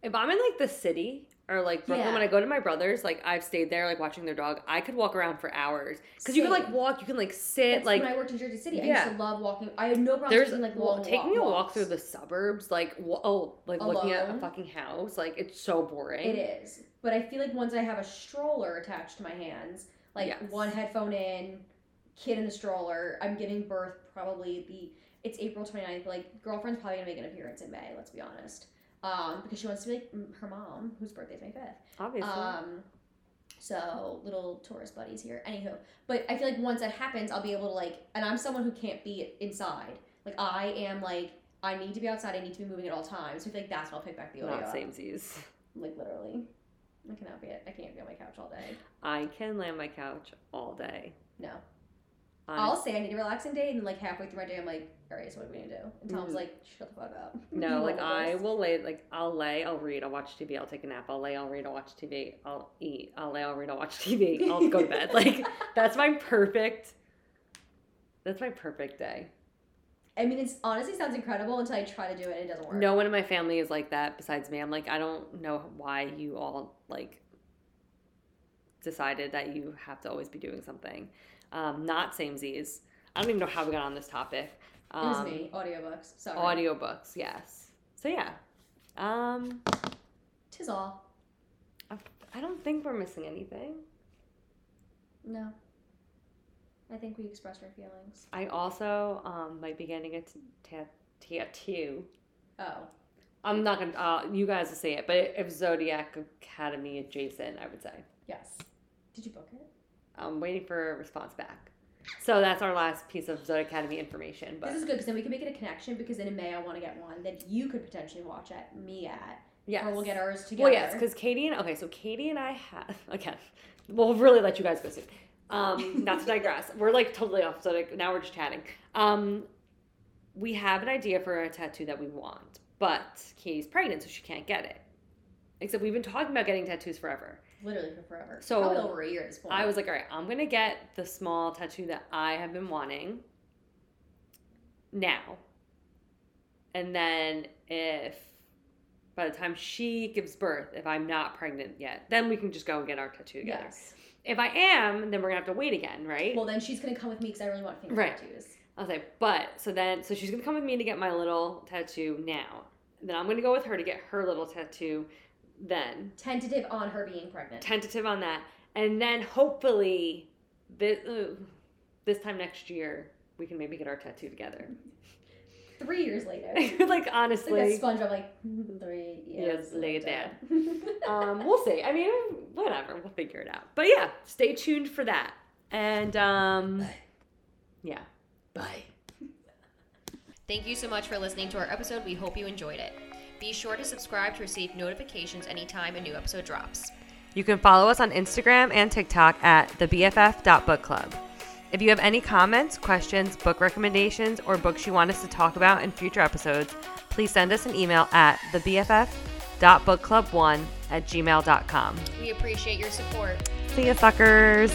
if I'm in like the city or like Brooklyn, Yeah. when I go to my brother's, like I've stayed there like watching their dog, I could walk around for hours. Because you can Same. like walk, you can like sit, That's like when I worked in Jersey City, I yeah. used to love walking. I had no problem there's taking like well, long taking a walk walks. through the suburbs, like wa- oh, like looking at a Alone. fucking house, like it's so boring. It is, but I feel like once I have a stroller attached to my hands, like Yes. one headphone in, kid in the stroller, I'm giving birth probably the. It's April 29th. but, Like girlfriend's probably gonna make an appearance in May. Let's be honest, um, because she wants to be like m- her mom, whose birthday's May 5th. Obviously. Um, so little tourist buddies here. Anywho, but I feel like once that happens, I'll be able to like, and I'm someone who can't be inside. Like I am like I need to be outside. I need to be moving at all times. So I feel like that's when I'll pick back the audio. Not up. samesies. Like literally, I cannot be it. I can't be on my couch all day. I can lay on my couch all day. No, Honestly. I'll say I need a relaxing day, and then like halfway through my day, I'm like, all right, so what are we gonna do? And Tom's Mhm. like, shut the fuck up. No, You like want I this. will lay, like I'll lay, I'll read, I'll watch TV, I'll take a nap, I'll lay, I'll read, I'll watch TV, I'll eat, I'll lay, I'll read, I'll watch TV, I'll go to bed. Like that's my perfect. That's my perfect day. I mean, it's honestly sounds incredible until I try to do it and it doesn't work. No one in my family is like that besides me. I'm like I don't know why you all like decided that you have to always be doing something. Um, not samesies. I don't even know how we got on this topic. it Um, was me. Audiobooks. Sorry. Audiobooks, yes. So yeah. Um, Tis all. I I don't think we're missing anything. No. I think we expressed our feelings. I also um, might be getting a t- ta- tattoo. Oh. I'm not gonna. Uh, you guys will see it, but if Zodiac Academy adjacent, I would say. Yes. Did you book it? I'm waiting for a response back. So that's our last piece of Zodiac Academy information. But This is good because then we can make it a connection because then in May I want to get one that you could potentially watch at me at. yes, Or we'll get ours together. Well, yes, because Katie and okay, so Katie and I have again. We'll really let you guys go soon. Um, not to digress, we're like totally off subject now. We're just chatting. Um, we have an idea for a tattoo that we want, but Katie's pregnant, so she can't get it. Except we've been talking about getting tattoos forever. literally for forever. So, Probably over a year at this point. I was like, all right, I'm gonna get the small tattoo that I have been wanting now. And then if by the time she gives birth, if I'm not pregnant yet, then we can just go and get our tattoo together. yes. If I am, then we're gonna have to wait again, right? Well, then she's gonna come with me because I really want finger Right. tattoos. I was like, but so then so she's gonna come with me to get my little tattoo now. Then I'm gonna go with her to get her little tattoo then. Tentative on her being pregnant. tentative on that, and then hopefully this uh, this time next year we can maybe get our tattoo together. Three years later. like It's like honestly, that SpongeBob, like three years Yes, later. later. um, we'll see. I mean, whatever, we'll figure it out. But yeah, stay tuned for that. And um, yeah, bye. Thank you so much for listening to our episode. We hope you enjoyed it. Be sure to subscribe to receive notifications anytime a new episode drops. You can follow us on Instagram and TikTok at thebff.bookclub. If you have any comments, questions, book recommendations, or books you want us to talk about in future episodes, please send us an email at thebff.bookclub1 at gmail.com. We appreciate your support. See ya, suckers!